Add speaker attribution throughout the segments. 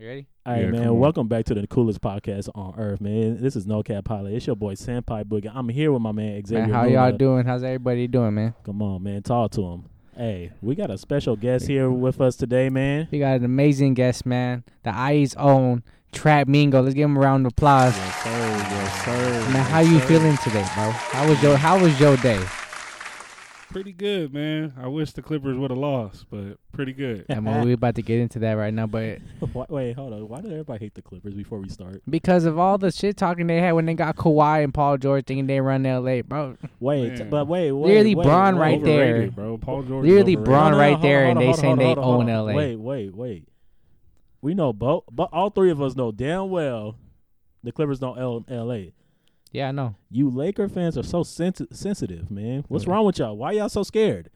Speaker 1: All right,
Speaker 2: Yeah, come
Speaker 1: man.
Speaker 2: on.
Speaker 1: Welcome back to the coolest podcast on earth, man. This is No Cap Pilot. It's your boy Senpai Boogie. I'm here with my man Xavier.
Speaker 2: Man, how y'all
Speaker 1: Luna.
Speaker 2: doing? How's everybody doing, man?
Speaker 1: Come on, man. Talk to him. Hey, we got a special guest here with us today, man.
Speaker 2: We got an amazing guest, man. The IE's own Trap Mingo. Let's give him a round of applause.
Speaker 1: Yes, sir. Yes, sir.
Speaker 2: Man, how you feeling today, bro? How was your How was your day?
Speaker 3: Pretty good, man. I wish the Clippers would have lost, but pretty good.
Speaker 2: I mean, we're about to get into that right now, but
Speaker 1: Why, wait, hold on. Why did everybody hate the Clippers before we start?
Speaker 2: because of all the shit talking they had when they got Kawhi and Paul George thinking they run LA, bro.
Speaker 1: Wait,
Speaker 3: Man.
Speaker 1: but wait, wait
Speaker 2: Literally
Speaker 1: wait,
Speaker 2: Bron
Speaker 1: wait.
Speaker 2: right there.
Speaker 3: overrated, bro. Paul George. is
Speaker 2: Literally
Speaker 3: overrated.
Speaker 2: Bron-
Speaker 1: No, no, no,
Speaker 2: right
Speaker 1: hold on,
Speaker 2: there, and
Speaker 1: hold on,
Speaker 2: they
Speaker 1: hold
Speaker 2: saying
Speaker 1: on,
Speaker 2: they
Speaker 1: hold on, hold
Speaker 2: own
Speaker 1: on.
Speaker 2: LA.
Speaker 1: Wait, wait, wait. We know both, but all three of us know damn well the Clippers don't own L.A.
Speaker 2: Yeah, I know.
Speaker 1: You Laker fans are so sensi- sensitive, man. What's wrong with y'all? Why y'all so scared?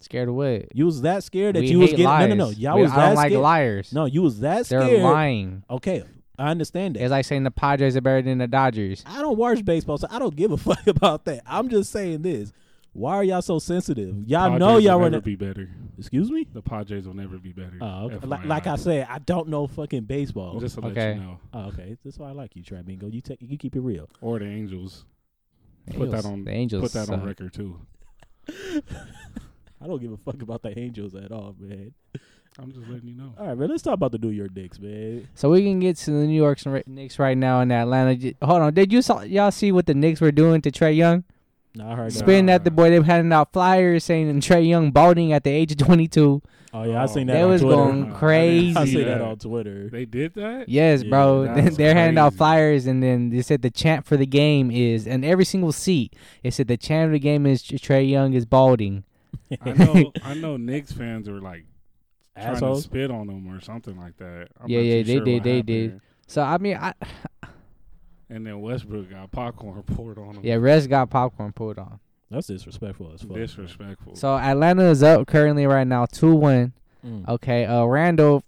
Speaker 2: Scared of what?
Speaker 1: You was that scared that
Speaker 2: we
Speaker 1: you was
Speaker 2: hate
Speaker 1: getting
Speaker 2: liars.
Speaker 1: no, no, no. Y'all
Speaker 2: We-
Speaker 1: was
Speaker 2: I
Speaker 1: that
Speaker 2: don't like
Speaker 1: scared.
Speaker 2: liars.
Speaker 1: No, you was that
Speaker 2: They're
Speaker 1: scared.
Speaker 2: lying.
Speaker 1: Okay, I understand that.
Speaker 2: It's like saying the Padres are better than the Dodgers.
Speaker 1: I don't watch baseball, so I don't give a fuck about that. I'm just saying this. Why are y'all so sensitive? Y'all
Speaker 3: Padres
Speaker 1: know y'all
Speaker 3: will
Speaker 1: were.
Speaker 3: never
Speaker 1: in-
Speaker 3: be better.
Speaker 1: Excuse me.
Speaker 3: The Padres will never be better.
Speaker 1: Oh, okay.
Speaker 3: FYI.
Speaker 1: like, like I said, I don't know fucking baseball.
Speaker 3: just to
Speaker 2: Okay.
Speaker 3: let you know,
Speaker 1: Oh, okay, that's why I like you, Travingo. You take, you keep it real.
Speaker 3: or the Angels. Put
Speaker 2: Angels-
Speaker 3: that on.
Speaker 2: the Angels.
Speaker 3: Put that on
Speaker 2: suck.
Speaker 3: record too.
Speaker 1: I don't give a fuck about the Angels at all, man.
Speaker 3: I'm just letting you know.
Speaker 1: All right, man. Let's talk about the New York Knicks, man.
Speaker 2: So we can get to the New York Knicks right now in Atlanta. J- Hold on, did you saw, y'all see what the Knicks were doing to Trey Young?
Speaker 1: No, I heard.
Speaker 3: Nah.
Speaker 1: that.
Speaker 2: Spitting at the boy, they were handing out flyers saying Trey Young balding at the age of 22.
Speaker 1: Oh yeah, I
Speaker 3: Oh,
Speaker 1: seen that.
Speaker 2: They
Speaker 1: on
Speaker 2: was
Speaker 1: Twitter.
Speaker 2: going
Speaker 3: Uh,
Speaker 2: crazy.
Speaker 1: I
Speaker 3: see
Speaker 1: see that
Speaker 3: that.
Speaker 1: on Twitter.
Speaker 3: They did that.
Speaker 2: Yes,
Speaker 1: Yeah,
Speaker 2: bro. They're
Speaker 3: that's
Speaker 2: handing out
Speaker 3: crazy.
Speaker 2: flyers, and then they said the chant for the game is, and every single seat, it said the chant of the game is Trey Young is balding.
Speaker 3: I know. I know. Knicks fans are like trying to
Speaker 1: Assholes.
Speaker 3: spit on them or something like that. I'm
Speaker 2: Yeah,
Speaker 3: not
Speaker 2: yeah,
Speaker 3: too
Speaker 2: they
Speaker 3: sure
Speaker 2: did,
Speaker 3: what
Speaker 2: they did.
Speaker 3: happened.
Speaker 2: So I mean, I,
Speaker 3: And then Westbrook got popcorn poured on him.
Speaker 2: yeah, Res got popcorn pulled on.
Speaker 1: That's disrespectful as fuck.
Speaker 3: disrespectful.
Speaker 2: So Atlanta is up currently right now, two one.
Speaker 1: Mm.
Speaker 2: Okay, uh, Randall.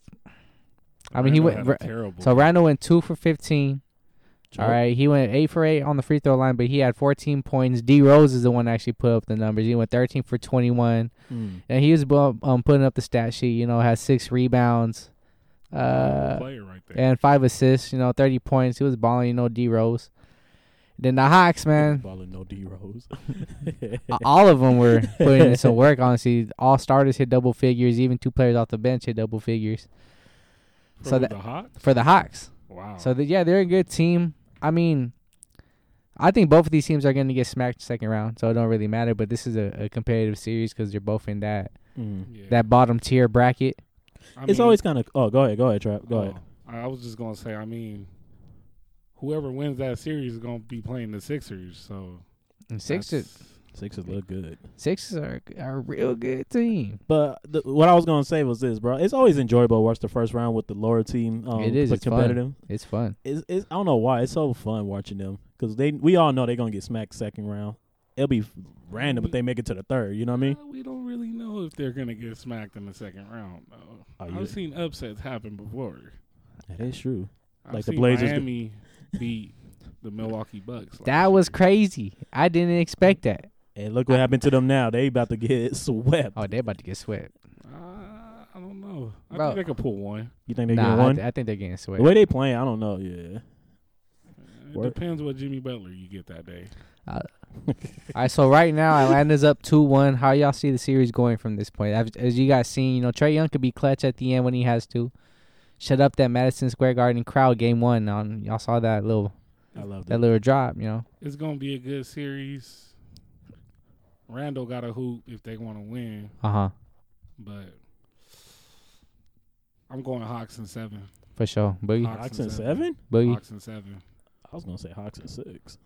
Speaker 2: I mean, he
Speaker 3: Randle
Speaker 2: went.
Speaker 3: had a
Speaker 2: Ra-
Speaker 3: terrible.
Speaker 2: So Randall went two for fifteen.
Speaker 1: Nope.
Speaker 2: All right, he went eight for eight on the free throw line, but he had 14 points. D Rose is the one that actually put up the numbers. He went 13 for 21,
Speaker 1: Mm.
Speaker 2: and he was bu- um, putting up the stat sheet. You know, had six rebounds, uh,
Speaker 3: player right there.
Speaker 2: and five assists. You know, 30 points. He was balling. You know, D Rose. Then the Hawks, man,
Speaker 1: Balling no D Rose. Mm.
Speaker 2: a- all of them were putting in some work. Honestly, all starters hit double figures. Even two players off the bench hit double figures
Speaker 3: For
Speaker 2: so
Speaker 3: who,
Speaker 2: that-
Speaker 3: the Hawks.
Speaker 2: for the Hawks.
Speaker 3: Wow.
Speaker 2: So the, yeah, they're a good team. I mean, I think both of these teams are going to get smacked second round, so it don't really matter. But this is a, a competitive series because they're both in that
Speaker 1: Mm.
Speaker 3: yeah.
Speaker 2: that bottom tier bracket.
Speaker 3: I
Speaker 1: it's
Speaker 3: mean,
Speaker 1: always kind of. Oh, go ahead, go ahead, Trap. Go
Speaker 3: oh,
Speaker 1: ahead.
Speaker 3: I I was just gonna say. I mean, whoever wins that series is gonna be playing the Sixers. So
Speaker 2: And Sixers,
Speaker 3: that's-
Speaker 1: Sixers look good.
Speaker 2: Sixers are, are a real good team.
Speaker 1: But the, what I was gonna say was this, bro. It's always enjoyable to watch the first round with the lower team. Um,
Speaker 2: It is,
Speaker 1: play
Speaker 2: it's fun.
Speaker 1: competitive.
Speaker 2: It's fun.
Speaker 1: It's, it's I don't know why it's so fun watching them because they we all know they're gonna get smacked second round. It'll be random if they make it to the third. You know what I mean?
Speaker 3: Uh, we don't really know if they're gonna get smacked in the second round. Though.
Speaker 1: Oh,
Speaker 3: I've
Speaker 1: you-
Speaker 3: seen upsets happen before.
Speaker 1: That is true.
Speaker 3: I've
Speaker 1: Like the
Speaker 3: seen
Speaker 1: Blazers-
Speaker 3: Miami beat the Milwaukee Bucks. last
Speaker 2: That was
Speaker 3: year.
Speaker 2: crazy. I didn't expect that.
Speaker 1: And look what happened to them now. They about to get swept.
Speaker 2: Oh, they're about to get swept.
Speaker 3: Uh, I don't know. I
Speaker 2: Bro.
Speaker 3: think they could pull one.
Speaker 1: You think they get
Speaker 2: Nah, I,
Speaker 1: one?
Speaker 2: th- I think they're getting swept.
Speaker 1: the way they playing, I don't know. Yeah.
Speaker 3: It
Speaker 1: Word.
Speaker 3: depends what Jimmy Butler you get that day.
Speaker 2: All right, so right now Atlanta's up two one. How y'all see the series going from this point? As, as you guys seen, you know Trey Young could be clutch at the end when he has to. Shut up that Madison Square Garden crowd game one. On y'all saw that little
Speaker 1: I love
Speaker 2: that
Speaker 1: that.
Speaker 2: little drop, you know.
Speaker 3: It's gonna be a good series. Randall got a hoop if they want to win,
Speaker 2: Uh huh.
Speaker 3: but I'm going Hawks and seven.
Speaker 2: For sure, boogie,
Speaker 1: Hawks and seven?
Speaker 2: boogie.
Speaker 3: Hawks and seven.
Speaker 1: I was gonna say Hawks and six.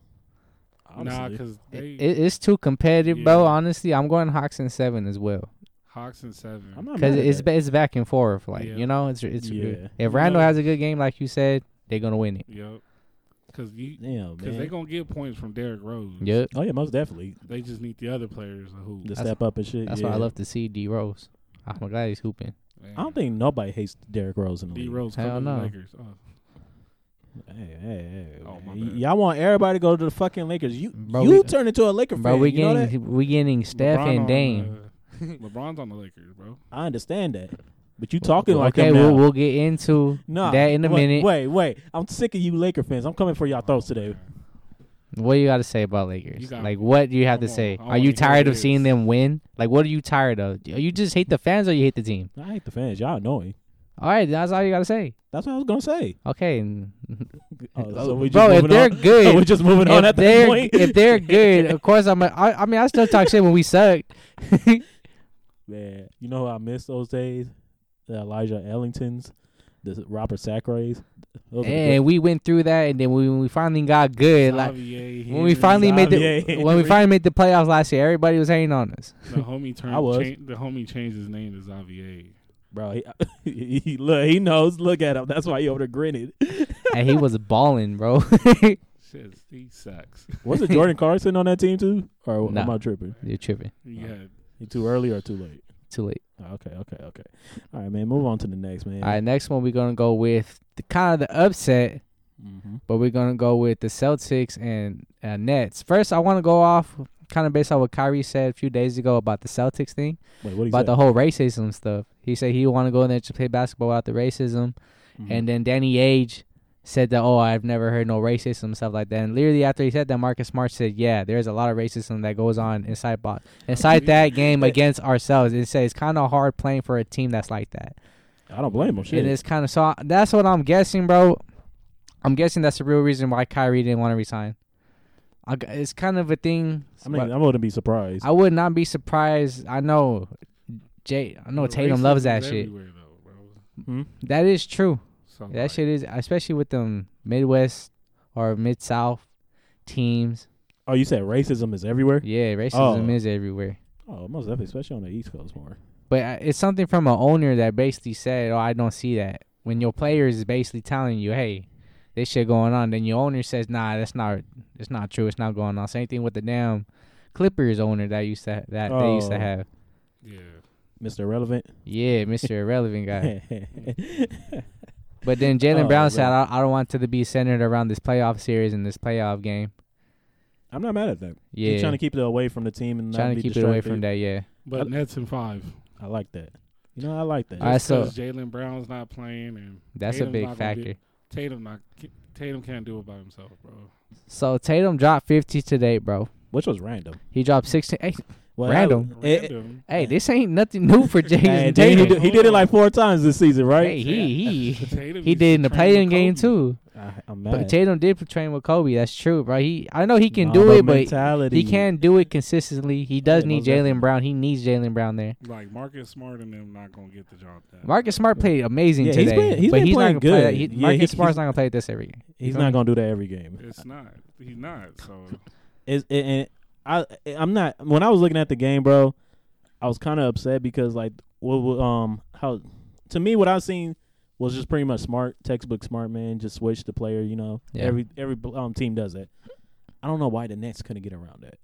Speaker 3: Nah,
Speaker 1: Honestly.
Speaker 3: because
Speaker 2: It,
Speaker 3: they
Speaker 2: it- it's too competitive, bro.
Speaker 3: Yeah.
Speaker 2: Honestly, I'm going Hawks and seven as well
Speaker 3: Hawks and seven.
Speaker 1: I'm not
Speaker 2: because
Speaker 1: mad at
Speaker 2: it's
Speaker 1: that.
Speaker 2: ba- it's back and forth. Like
Speaker 3: Yeah.
Speaker 2: you know, it's it's
Speaker 1: Yeah.
Speaker 2: if
Speaker 3: You
Speaker 2: Randall
Speaker 3: know-
Speaker 2: has a good game, like you said, they're gonna win it.
Speaker 3: Yep. Because you
Speaker 1: Damn
Speaker 3: because they
Speaker 1: man.
Speaker 3: gonna get points from Derrick Rose.
Speaker 2: Yep,
Speaker 1: Oh yeah, most definitely
Speaker 3: They just need the other players to hoop.
Speaker 1: to
Speaker 2: That's-
Speaker 1: step up and shit.
Speaker 2: that's
Speaker 1: yeah.
Speaker 2: why I love to see D Rose. I'm glad he's hooping.
Speaker 3: Man.
Speaker 1: I don't think nobody hates Derrick Rose in the
Speaker 3: D
Speaker 1: league.
Speaker 3: Rose
Speaker 2: Hell
Speaker 3: coming to
Speaker 2: no.
Speaker 3: Lakers. Oh,
Speaker 1: Hey, hey, hey.
Speaker 3: Oh, my
Speaker 1: man.
Speaker 3: bad.
Speaker 1: Y'all want everybody to go to the fucking Lakers. You
Speaker 2: Bro,
Speaker 1: you
Speaker 2: we-
Speaker 1: turn into a Laker
Speaker 2: Bro,
Speaker 1: fan.
Speaker 2: we
Speaker 1: you know that?
Speaker 2: getting we getting Steph
Speaker 3: LeBron
Speaker 2: and
Speaker 3: on,
Speaker 2: Dame.
Speaker 3: uh, LeBron's on the Lakers, bro.
Speaker 1: I understand that. But you talking like
Speaker 2: okay,
Speaker 1: them now.
Speaker 2: we'll, we'll get into
Speaker 1: Nah,
Speaker 2: that in a
Speaker 1: wait,
Speaker 2: minute.
Speaker 1: Wait, wait. I'm sick of you Laker fans. I'm coming for y'all throats today.
Speaker 2: What do you got to say about Lakers?
Speaker 3: You got
Speaker 2: like,
Speaker 3: me.
Speaker 2: what do you have
Speaker 3: Come
Speaker 2: to
Speaker 3: on,
Speaker 2: say?
Speaker 3: I
Speaker 2: Are
Speaker 3: wanna
Speaker 2: you
Speaker 3: hear
Speaker 2: tired of
Speaker 3: this.
Speaker 2: seeing them win? Like, what are you tired of? Do You just hate the fans or you hate the team?
Speaker 1: I hate the fans. Y'all annoying.
Speaker 2: All right, that's all you got to say.
Speaker 1: That's what I was gonna say.
Speaker 2: Okay, and-
Speaker 1: Oh,
Speaker 2: Oh,
Speaker 1: so we just
Speaker 2: bro, if
Speaker 1: moving
Speaker 2: they're
Speaker 1: on?
Speaker 2: good,
Speaker 1: So we're just moving on
Speaker 2: if
Speaker 1: at that
Speaker 2: they're
Speaker 1: point.
Speaker 2: if they're good, uh, of course I'm. A, I, I mean, I still talk shit when we sucked.
Speaker 1: Man, you know who I miss those days? The Elijah Ellingtons, the Robert Sacrays. Those are the good-
Speaker 2: and we went through that, and then when we finally got good, like when we finally made the
Speaker 1: Xavier
Speaker 2: when we
Speaker 1: Henry.
Speaker 2: finally made the playoffs last year, everybody was hating on us.
Speaker 3: the homie turned,
Speaker 1: I was.
Speaker 3: cha- the homie changed his name to Xavier.
Speaker 1: bro, he, he, he- look, he knows. Look at him. That's why he over there grinning.
Speaker 2: and he was balling, bro.
Speaker 3: Shit, he sucks.
Speaker 1: Was it Jordan Clarkson on that team too? Or am
Speaker 2: Nah.
Speaker 1: I tripping?
Speaker 2: You're tripping.
Speaker 3: Yeah,
Speaker 1: He too early or too late?
Speaker 2: Too late.
Speaker 1: Oh, Okay, okay, okay. All right, man. Move on to the next man.
Speaker 2: All right, next one we're gonna go with the kind of the upset,
Speaker 1: Mm-hmm.
Speaker 2: but we're gonna go with the Celtics and uh, Nets. First, I want to go off kind of based on what Kyrie said a few days ago about the Celtics thing.
Speaker 1: Wait, what do you
Speaker 2: about the whole racism stuff. He said he want to go in there to play basketball without the racism,
Speaker 1: Mm-hmm.
Speaker 2: and then Danny Age said that oh I've never heard no racism stuff like that. And literally after he said that, Marcus Smart said yeah there's a lot of racism that goes on inside bo- inside that game against ourselves. It said it's kind of hard playing for a team that's like that.
Speaker 1: I don't blame him. Shit.
Speaker 2: And it's kind of so I- that's what I'm guessing, bro. I'm guessing that's the real reason why Kyrie didn't want to resign. I g it's kind of a thing.
Speaker 1: I mean,
Speaker 2: but-
Speaker 1: I wouldn't be surprised.
Speaker 2: I would not be surprised. I know Jay. I know
Speaker 3: The
Speaker 2: Tatum
Speaker 3: racism
Speaker 2: loves
Speaker 3: is
Speaker 2: that shit.
Speaker 3: everywhere, though, bro.
Speaker 1: Hmm?
Speaker 2: That is true.
Speaker 3: So,
Speaker 2: That
Speaker 3: like,
Speaker 2: shit is, especially with them Midwest or Mid South teams.
Speaker 1: Oh, you said racism is everywhere.
Speaker 2: Yeah, racism
Speaker 1: Oh.
Speaker 2: is everywhere.
Speaker 1: Oh, most definitely, especially on the East Coast more.
Speaker 2: But uh, it's something from an owner that basically said, "Oh, I don't see that." When your players is basically telling you, "Hey, this shit going on," then your owner says, "Nah, that's not. It's not true. It's not going on." Same thing with the damn Clippers owner that used to that they used to
Speaker 1: Oh.
Speaker 2: have.
Speaker 3: Yeah,
Speaker 1: Mr. Irrelevant.
Speaker 2: Yeah, Mister Irrelevant guy.
Speaker 1: That's
Speaker 2: But then Jalen
Speaker 1: Oh,
Speaker 2: Brown said,
Speaker 1: bro.
Speaker 2: I, "I don't want it to be centered around this playoff series and this playoff game."
Speaker 1: I'm not mad at that.
Speaker 2: Yeah,
Speaker 1: He's trying to keep it away from the team and
Speaker 2: trying
Speaker 1: not
Speaker 2: to
Speaker 1: be
Speaker 2: keep it away from that.
Speaker 1: distracted.
Speaker 2: Yeah,
Speaker 3: but Nets in five.
Speaker 1: I like that. You know, I like that.
Speaker 2: All right, so-
Speaker 3: Because Jalen Brown's not playing, and
Speaker 2: that's
Speaker 3: Tatum's
Speaker 2: a big
Speaker 3: not gonna
Speaker 2: factor.
Speaker 3: do- Tatum not Tatum can't do it by himself, bro.
Speaker 2: So Tatum dropped fifty today, bro.
Speaker 1: Which was random.
Speaker 2: He dropped sixteen. Hey,
Speaker 1: Well,
Speaker 2: Random.
Speaker 1: I- it-
Speaker 3: Random.
Speaker 2: hey, this ain't nothing new for
Speaker 1: Hey,
Speaker 2: Jason
Speaker 1: did he,
Speaker 2: Tatum.
Speaker 1: do- he did it like four times this season,
Speaker 2: Hey,
Speaker 1: right?
Speaker 2: he he
Speaker 3: Tatum
Speaker 2: he
Speaker 3: used to
Speaker 2: did in the
Speaker 3: train
Speaker 2: playing
Speaker 3: with
Speaker 2: game
Speaker 3: Kobe.
Speaker 2: too.
Speaker 1: I, I'm
Speaker 2: But
Speaker 1: mad.
Speaker 2: Tatum did train with Kobe. That's true, bro. He I know he can do
Speaker 1: Mamba
Speaker 2: it, but
Speaker 1: mentality.
Speaker 2: he can't do it consistently. He does
Speaker 1: Yeah,
Speaker 2: need
Speaker 1: most definitely.
Speaker 2: Jalen Brown. He needs Jalen Brown there.
Speaker 3: Like Marcus Smart and them not gonna get the job done.
Speaker 2: Marcus Smart played amazing
Speaker 1: Yeah, he's
Speaker 2: today,
Speaker 1: been- he's
Speaker 2: but
Speaker 1: been
Speaker 2: he's
Speaker 1: playing
Speaker 2: not gonna play.
Speaker 1: good.
Speaker 2: He,
Speaker 1: Yeah,
Speaker 2: Marcus
Speaker 1: he-
Speaker 2: Smart's
Speaker 1: he's-
Speaker 2: not gonna play this every game.
Speaker 1: He's
Speaker 2: Go ahead.
Speaker 1: not gonna do that every game.
Speaker 3: it's not. He's not. So
Speaker 1: It's it, and I I'm not. When I was looking at the game, bro, I was kind of upset because like what what, um how to me what I seen was just pretty much smart textbook smart man just switch the player. You know,
Speaker 2: Yeah.
Speaker 1: every every um team does that. I don't know why the Nets couldn't get around that.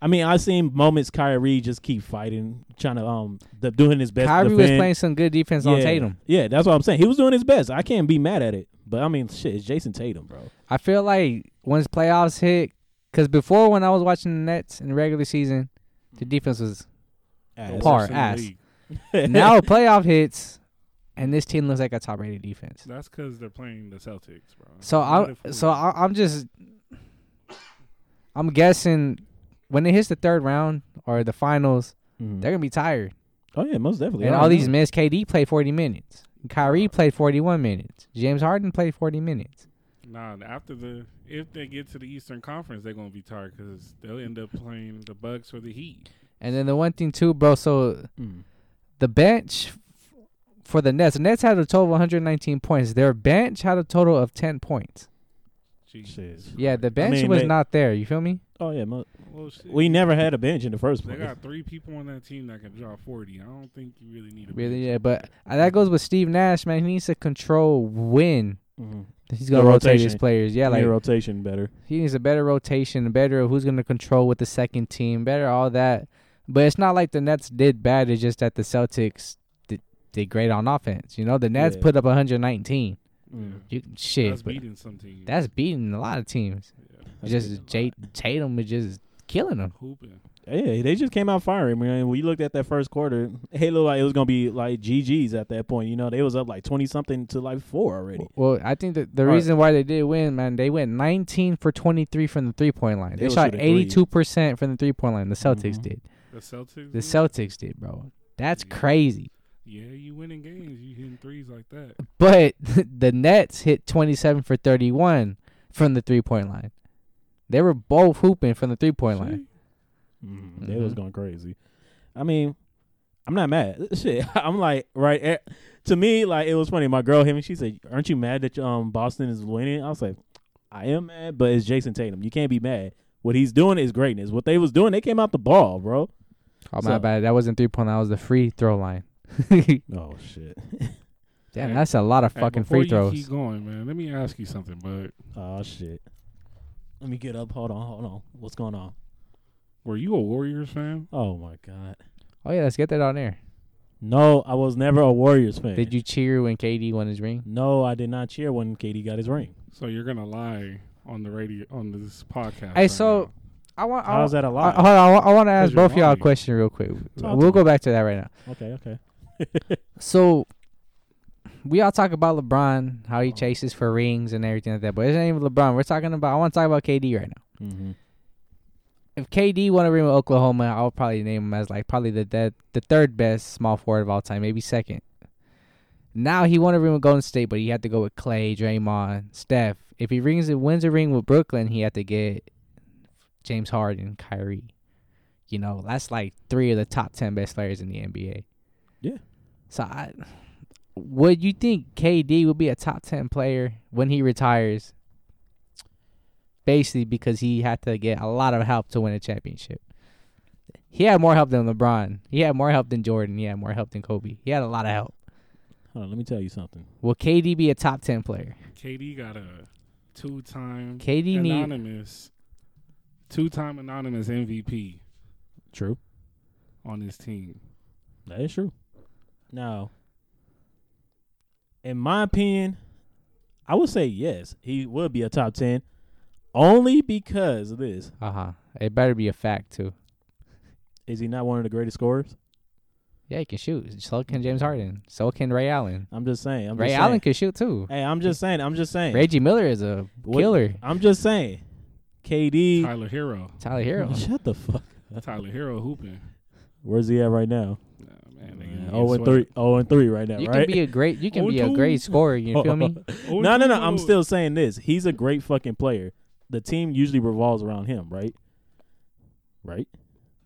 Speaker 1: I mean, I seen moments Kyrie just keep fighting, trying to um the, doing his best. to
Speaker 2: Kyrie was
Speaker 1: defend.
Speaker 2: playing some good defense on
Speaker 1: Yeah.
Speaker 2: Tatum.
Speaker 1: Yeah, that's what I'm saying. He was doing his best. I can't be mad at it. But I mean, shit, it's Jason Tatum, bro.
Speaker 2: I feel like once playoffs hit, because before when I was watching the Nets in the regular season, the defense was.
Speaker 1: Ass.
Speaker 2: Par
Speaker 3: Worst in the
Speaker 2: ass.
Speaker 3: league.
Speaker 2: Now playoff hits, and this team looks like a top rated defense.
Speaker 3: That's because they're playing the Celtics, bro.
Speaker 2: So
Speaker 3: Not
Speaker 2: I
Speaker 3: if we-
Speaker 2: so I, I'm just I'm guessing when it hits the third round or the finals,
Speaker 1: Mhm.
Speaker 2: they're gonna be tired.
Speaker 1: Oh yeah, most definitely.
Speaker 2: And
Speaker 1: I
Speaker 2: all
Speaker 1: know.
Speaker 2: these minutes, KD played 40 minutes. Kyrie played 41 minutes. James Harden played 40 minutes.
Speaker 3: Nah, after the if they get to the Eastern Conference, they're gonna be tired because they'll end up playing the Bucks or the Heat.
Speaker 2: And then the one thing too, bro. So
Speaker 1: Mm.
Speaker 2: the bench for the Nets. The Nets had a total of 119 points. Their bench had a total of 10 points.
Speaker 3: Jesus
Speaker 1: Shit.
Speaker 2: Yeah, the
Speaker 3: Christ.
Speaker 2: bench
Speaker 1: mean,
Speaker 2: was
Speaker 1: they-
Speaker 2: not there. You feel me?
Speaker 1: Oh yeah, mo-
Speaker 3: Well, shit.
Speaker 1: we never had a bench in the first
Speaker 3: They
Speaker 1: place.
Speaker 3: got three people on that team that can drop forty. I don't think you really need a
Speaker 2: Really?
Speaker 3: bench.
Speaker 2: Yeah, but uh, that goes with Steve Nash, man. He needs to control when
Speaker 1: Mhm.
Speaker 2: he's gonna
Speaker 1: The
Speaker 2: rotate his
Speaker 1: rotation.
Speaker 2: players. Yeah,
Speaker 1: Need
Speaker 2: like
Speaker 1: rotation better.
Speaker 2: he needs a better rotation, better of who's gonna control with the second team, better all that. But it's not like the Nets did bad. It's just that the Celtics did, did great on offense. You know, the Nets
Speaker 1: Yeah.
Speaker 2: put up 119.
Speaker 1: Mm.
Speaker 2: You, shit,
Speaker 3: That's
Speaker 2: but
Speaker 3: beating some teams.
Speaker 2: that's beating a lot of teams.
Speaker 3: yeah.
Speaker 1: That's
Speaker 2: just Jay Tatum is just killing them.
Speaker 3: hooping.
Speaker 1: Yeah, they just came out firing, man. We looked at that first quarter. Halo, like, it was gonna be like GG's at that point. You know, they was up like twenty something to like four already.
Speaker 2: Well, I think that the
Speaker 1: Right.
Speaker 2: reason why they did win, man, they went 19 for 23 from the three point line.
Speaker 1: They
Speaker 2: They,
Speaker 1: was
Speaker 2: shot
Speaker 1: shooting threes.
Speaker 2: 82% from the three point line. The Celtics
Speaker 1: Mhm.
Speaker 2: did.
Speaker 3: The Celtics.
Speaker 2: The
Speaker 3: did?
Speaker 2: Celtics did, bro. That's
Speaker 3: Mm-hmm. Yeah.
Speaker 2: crazy.
Speaker 3: Yeah, you winning games. You hitting threes like that.
Speaker 2: But the Nets hit 27 for 31 from the three point line. They were both hooping from the three point line.
Speaker 1: Mm, They was
Speaker 2: Mhm.
Speaker 1: going crazy. I mean, I'm not mad. Shit, I'm like right. eh, To me, like it was funny. My girl hit me. She said, "Aren't you mad that um Boston is winning?" I was like, "I am mad, but it's Jason Tatum. You can't be mad. What he's doing is greatness. What they was doing, they came out the ball, bro.
Speaker 2: Oh, my
Speaker 1: So-
Speaker 2: bad. That wasn't three point line. That was the free throw line. Damn,
Speaker 1: Oh shit.
Speaker 3: Hey,
Speaker 2: that's a lot of
Speaker 3: Hey,
Speaker 2: fucking
Speaker 3: before
Speaker 2: free throws.
Speaker 3: You keep going, man. Let me ask you something, bud.
Speaker 1: oh shit. Let me get up. Hold on. Hold on. What's going on?
Speaker 3: Were you a Warriors fan?
Speaker 1: Oh my god.
Speaker 2: Oh, yeah, let's get that on there.
Speaker 1: No, I was never a Warriors fan.
Speaker 2: Did you cheer when KD won his ring?
Speaker 1: No, I did not cheer when KD got his ring.
Speaker 3: So you're gonna lie on the radio on this podcast.
Speaker 2: Hey,
Speaker 3: right
Speaker 2: so- I want. I
Speaker 1: How is
Speaker 2: want
Speaker 1: that a
Speaker 2: Oh, I,
Speaker 1: lie?
Speaker 2: Uh, hold on, I wa- I want to ask
Speaker 3: you're
Speaker 2: both of y'all a
Speaker 3: lying.
Speaker 2: question real quick.
Speaker 1: Talk
Speaker 2: we'll
Speaker 1: to
Speaker 2: go
Speaker 1: me.
Speaker 2: back to that right now.
Speaker 1: Okay. Okay.
Speaker 2: So, we all talk about LeBron, how he
Speaker 3: Oh.
Speaker 2: chases for rings and everything like that. But it's not even LeBron. We're talking about. I want to talk about KD right now.
Speaker 1: Mm-hmm.
Speaker 2: If KD won a ring with Oklahoma, I'll probably name him as like probably the the, the third best small forward of all time, maybe second. Now he won a ring with Golden State, but he had to go with Clay, Draymond, Steph. If he rings it, wins a ring with Brooklyn, he had to get James Harden, Kyrie. You know, that's like three of the top ten best players in the NBA.
Speaker 1: Yeah.
Speaker 2: So I would you think KD would be a top ten player when he retires? Basically because he had to get a lot of help to win a championship. He had more help than LeBron. He had more help than Jordan. He had more help than Kobe. He had a lot of help.
Speaker 1: Hold on, let me tell you something.
Speaker 2: Will KD be a top ten player?
Speaker 3: now. KD got a two-time
Speaker 2: KD need
Speaker 3: anonymous, two-time anonymous MVP
Speaker 1: True.
Speaker 3: on his team.
Speaker 1: That is true. Now, in my opinion, I would say yes, he would be a top 10 only because of this.
Speaker 2: uh huh. It better be a fact too.
Speaker 1: Is he not one of the greatest scorers?
Speaker 2: Yeah, he can shoot. So can James Harden. So can Ray Allen.
Speaker 1: I'm just saying. I'm
Speaker 2: Ray
Speaker 1: just
Speaker 2: Allen
Speaker 1: Saying.
Speaker 2: can shoot too.
Speaker 1: Hey, I'm just saying. I'm just saying.
Speaker 2: Reggie Miller is a
Speaker 1: What-
Speaker 2: killer.
Speaker 1: I'm just saying. KD.
Speaker 3: Tyler Hero.
Speaker 2: Tyler Hero.
Speaker 1: Shut the fuck. up.
Speaker 3: Tyler Hero hooping.
Speaker 1: Where's he at right now?
Speaker 3: Nah, man, they
Speaker 1: Man,
Speaker 3: getting
Speaker 1: 0 and
Speaker 3: swept.
Speaker 1: 3. 0 and 3 right now,
Speaker 2: You
Speaker 1: right?
Speaker 2: can be a great. You can be a
Speaker 3: Oh,
Speaker 2: great
Speaker 3: dude.
Speaker 2: scorer. You feel me?
Speaker 3: Oh,
Speaker 1: no, no, no. I'm
Speaker 3: dude.
Speaker 1: still saying this. He's a great fucking player. The team usually revolves around him, right? Right?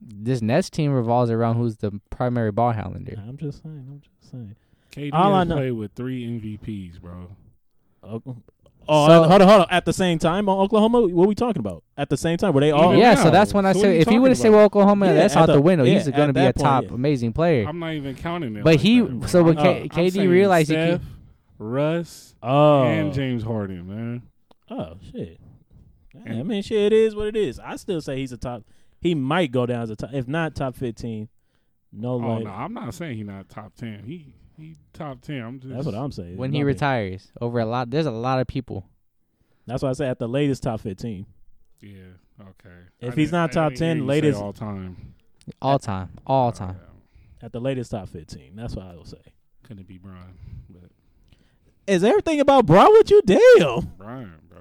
Speaker 2: This Nets team revolves around who's the primary ball handler.
Speaker 1: I'm just saying. I'm just saying.
Speaker 3: KD
Speaker 1: All I
Speaker 3: has
Speaker 1: know-
Speaker 3: played with three MVPs, bro.
Speaker 1: Oh, oh,
Speaker 2: So-
Speaker 1: hold on, hold on. At the same time, on Oklahoma, what we talking about? At the same time, were they all?
Speaker 3: Even
Speaker 2: Oh, yeah,
Speaker 3: now,
Speaker 2: so that's when I
Speaker 3: so what are
Speaker 2: said
Speaker 3: you
Speaker 2: if he
Speaker 3: talking
Speaker 2: would have stayed
Speaker 3: about?
Speaker 2: with Oklahoma,
Speaker 1: Yeah,
Speaker 2: that's
Speaker 1: at
Speaker 2: out the,
Speaker 1: the-
Speaker 2: window.
Speaker 1: yeah,
Speaker 2: he's going to
Speaker 1: at
Speaker 2: be a
Speaker 1: that point,
Speaker 2: top
Speaker 1: yeah.
Speaker 2: amazing player.
Speaker 3: I'm not even counting it.
Speaker 2: But
Speaker 3: like
Speaker 2: he-
Speaker 3: that, bro.
Speaker 2: so when
Speaker 3: I'm-
Speaker 2: K-
Speaker 3: I'm
Speaker 2: KD
Speaker 3: saying
Speaker 2: realized he
Speaker 3: Steph, Russ,
Speaker 1: Oh,
Speaker 3: and James Harden, man.
Speaker 1: oh shit. Yeah, I mean, shit, it is what it is. I still say he's a top. He might go down as a top, if not top fifteen. No,
Speaker 3: Oh
Speaker 1: like
Speaker 3: no, I'm not saying he's not top ten. He he top ten. I'm just
Speaker 1: that's what I'm saying.
Speaker 2: when
Speaker 1: My
Speaker 2: he
Speaker 1: bad.
Speaker 2: retires, over a lot, there's a lot of people.
Speaker 1: that's why I say at the latest top fifteen.
Speaker 3: Yeah. Okay.
Speaker 1: If he's
Speaker 3: I didn't-
Speaker 1: not
Speaker 3: I
Speaker 1: top
Speaker 3: didn't hear
Speaker 1: 10,
Speaker 3: you say
Speaker 1: latest-
Speaker 3: all time.
Speaker 2: All time, all
Speaker 3: Oh,
Speaker 2: time.
Speaker 3: yeah.
Speaker 1: At the latest top fifteen. That's what I will say.
Speaker 3: Couldn't be Brian, but
Speaker 1: Is everything about Broad with you? Damn.
Speaker 3: Brian, bro.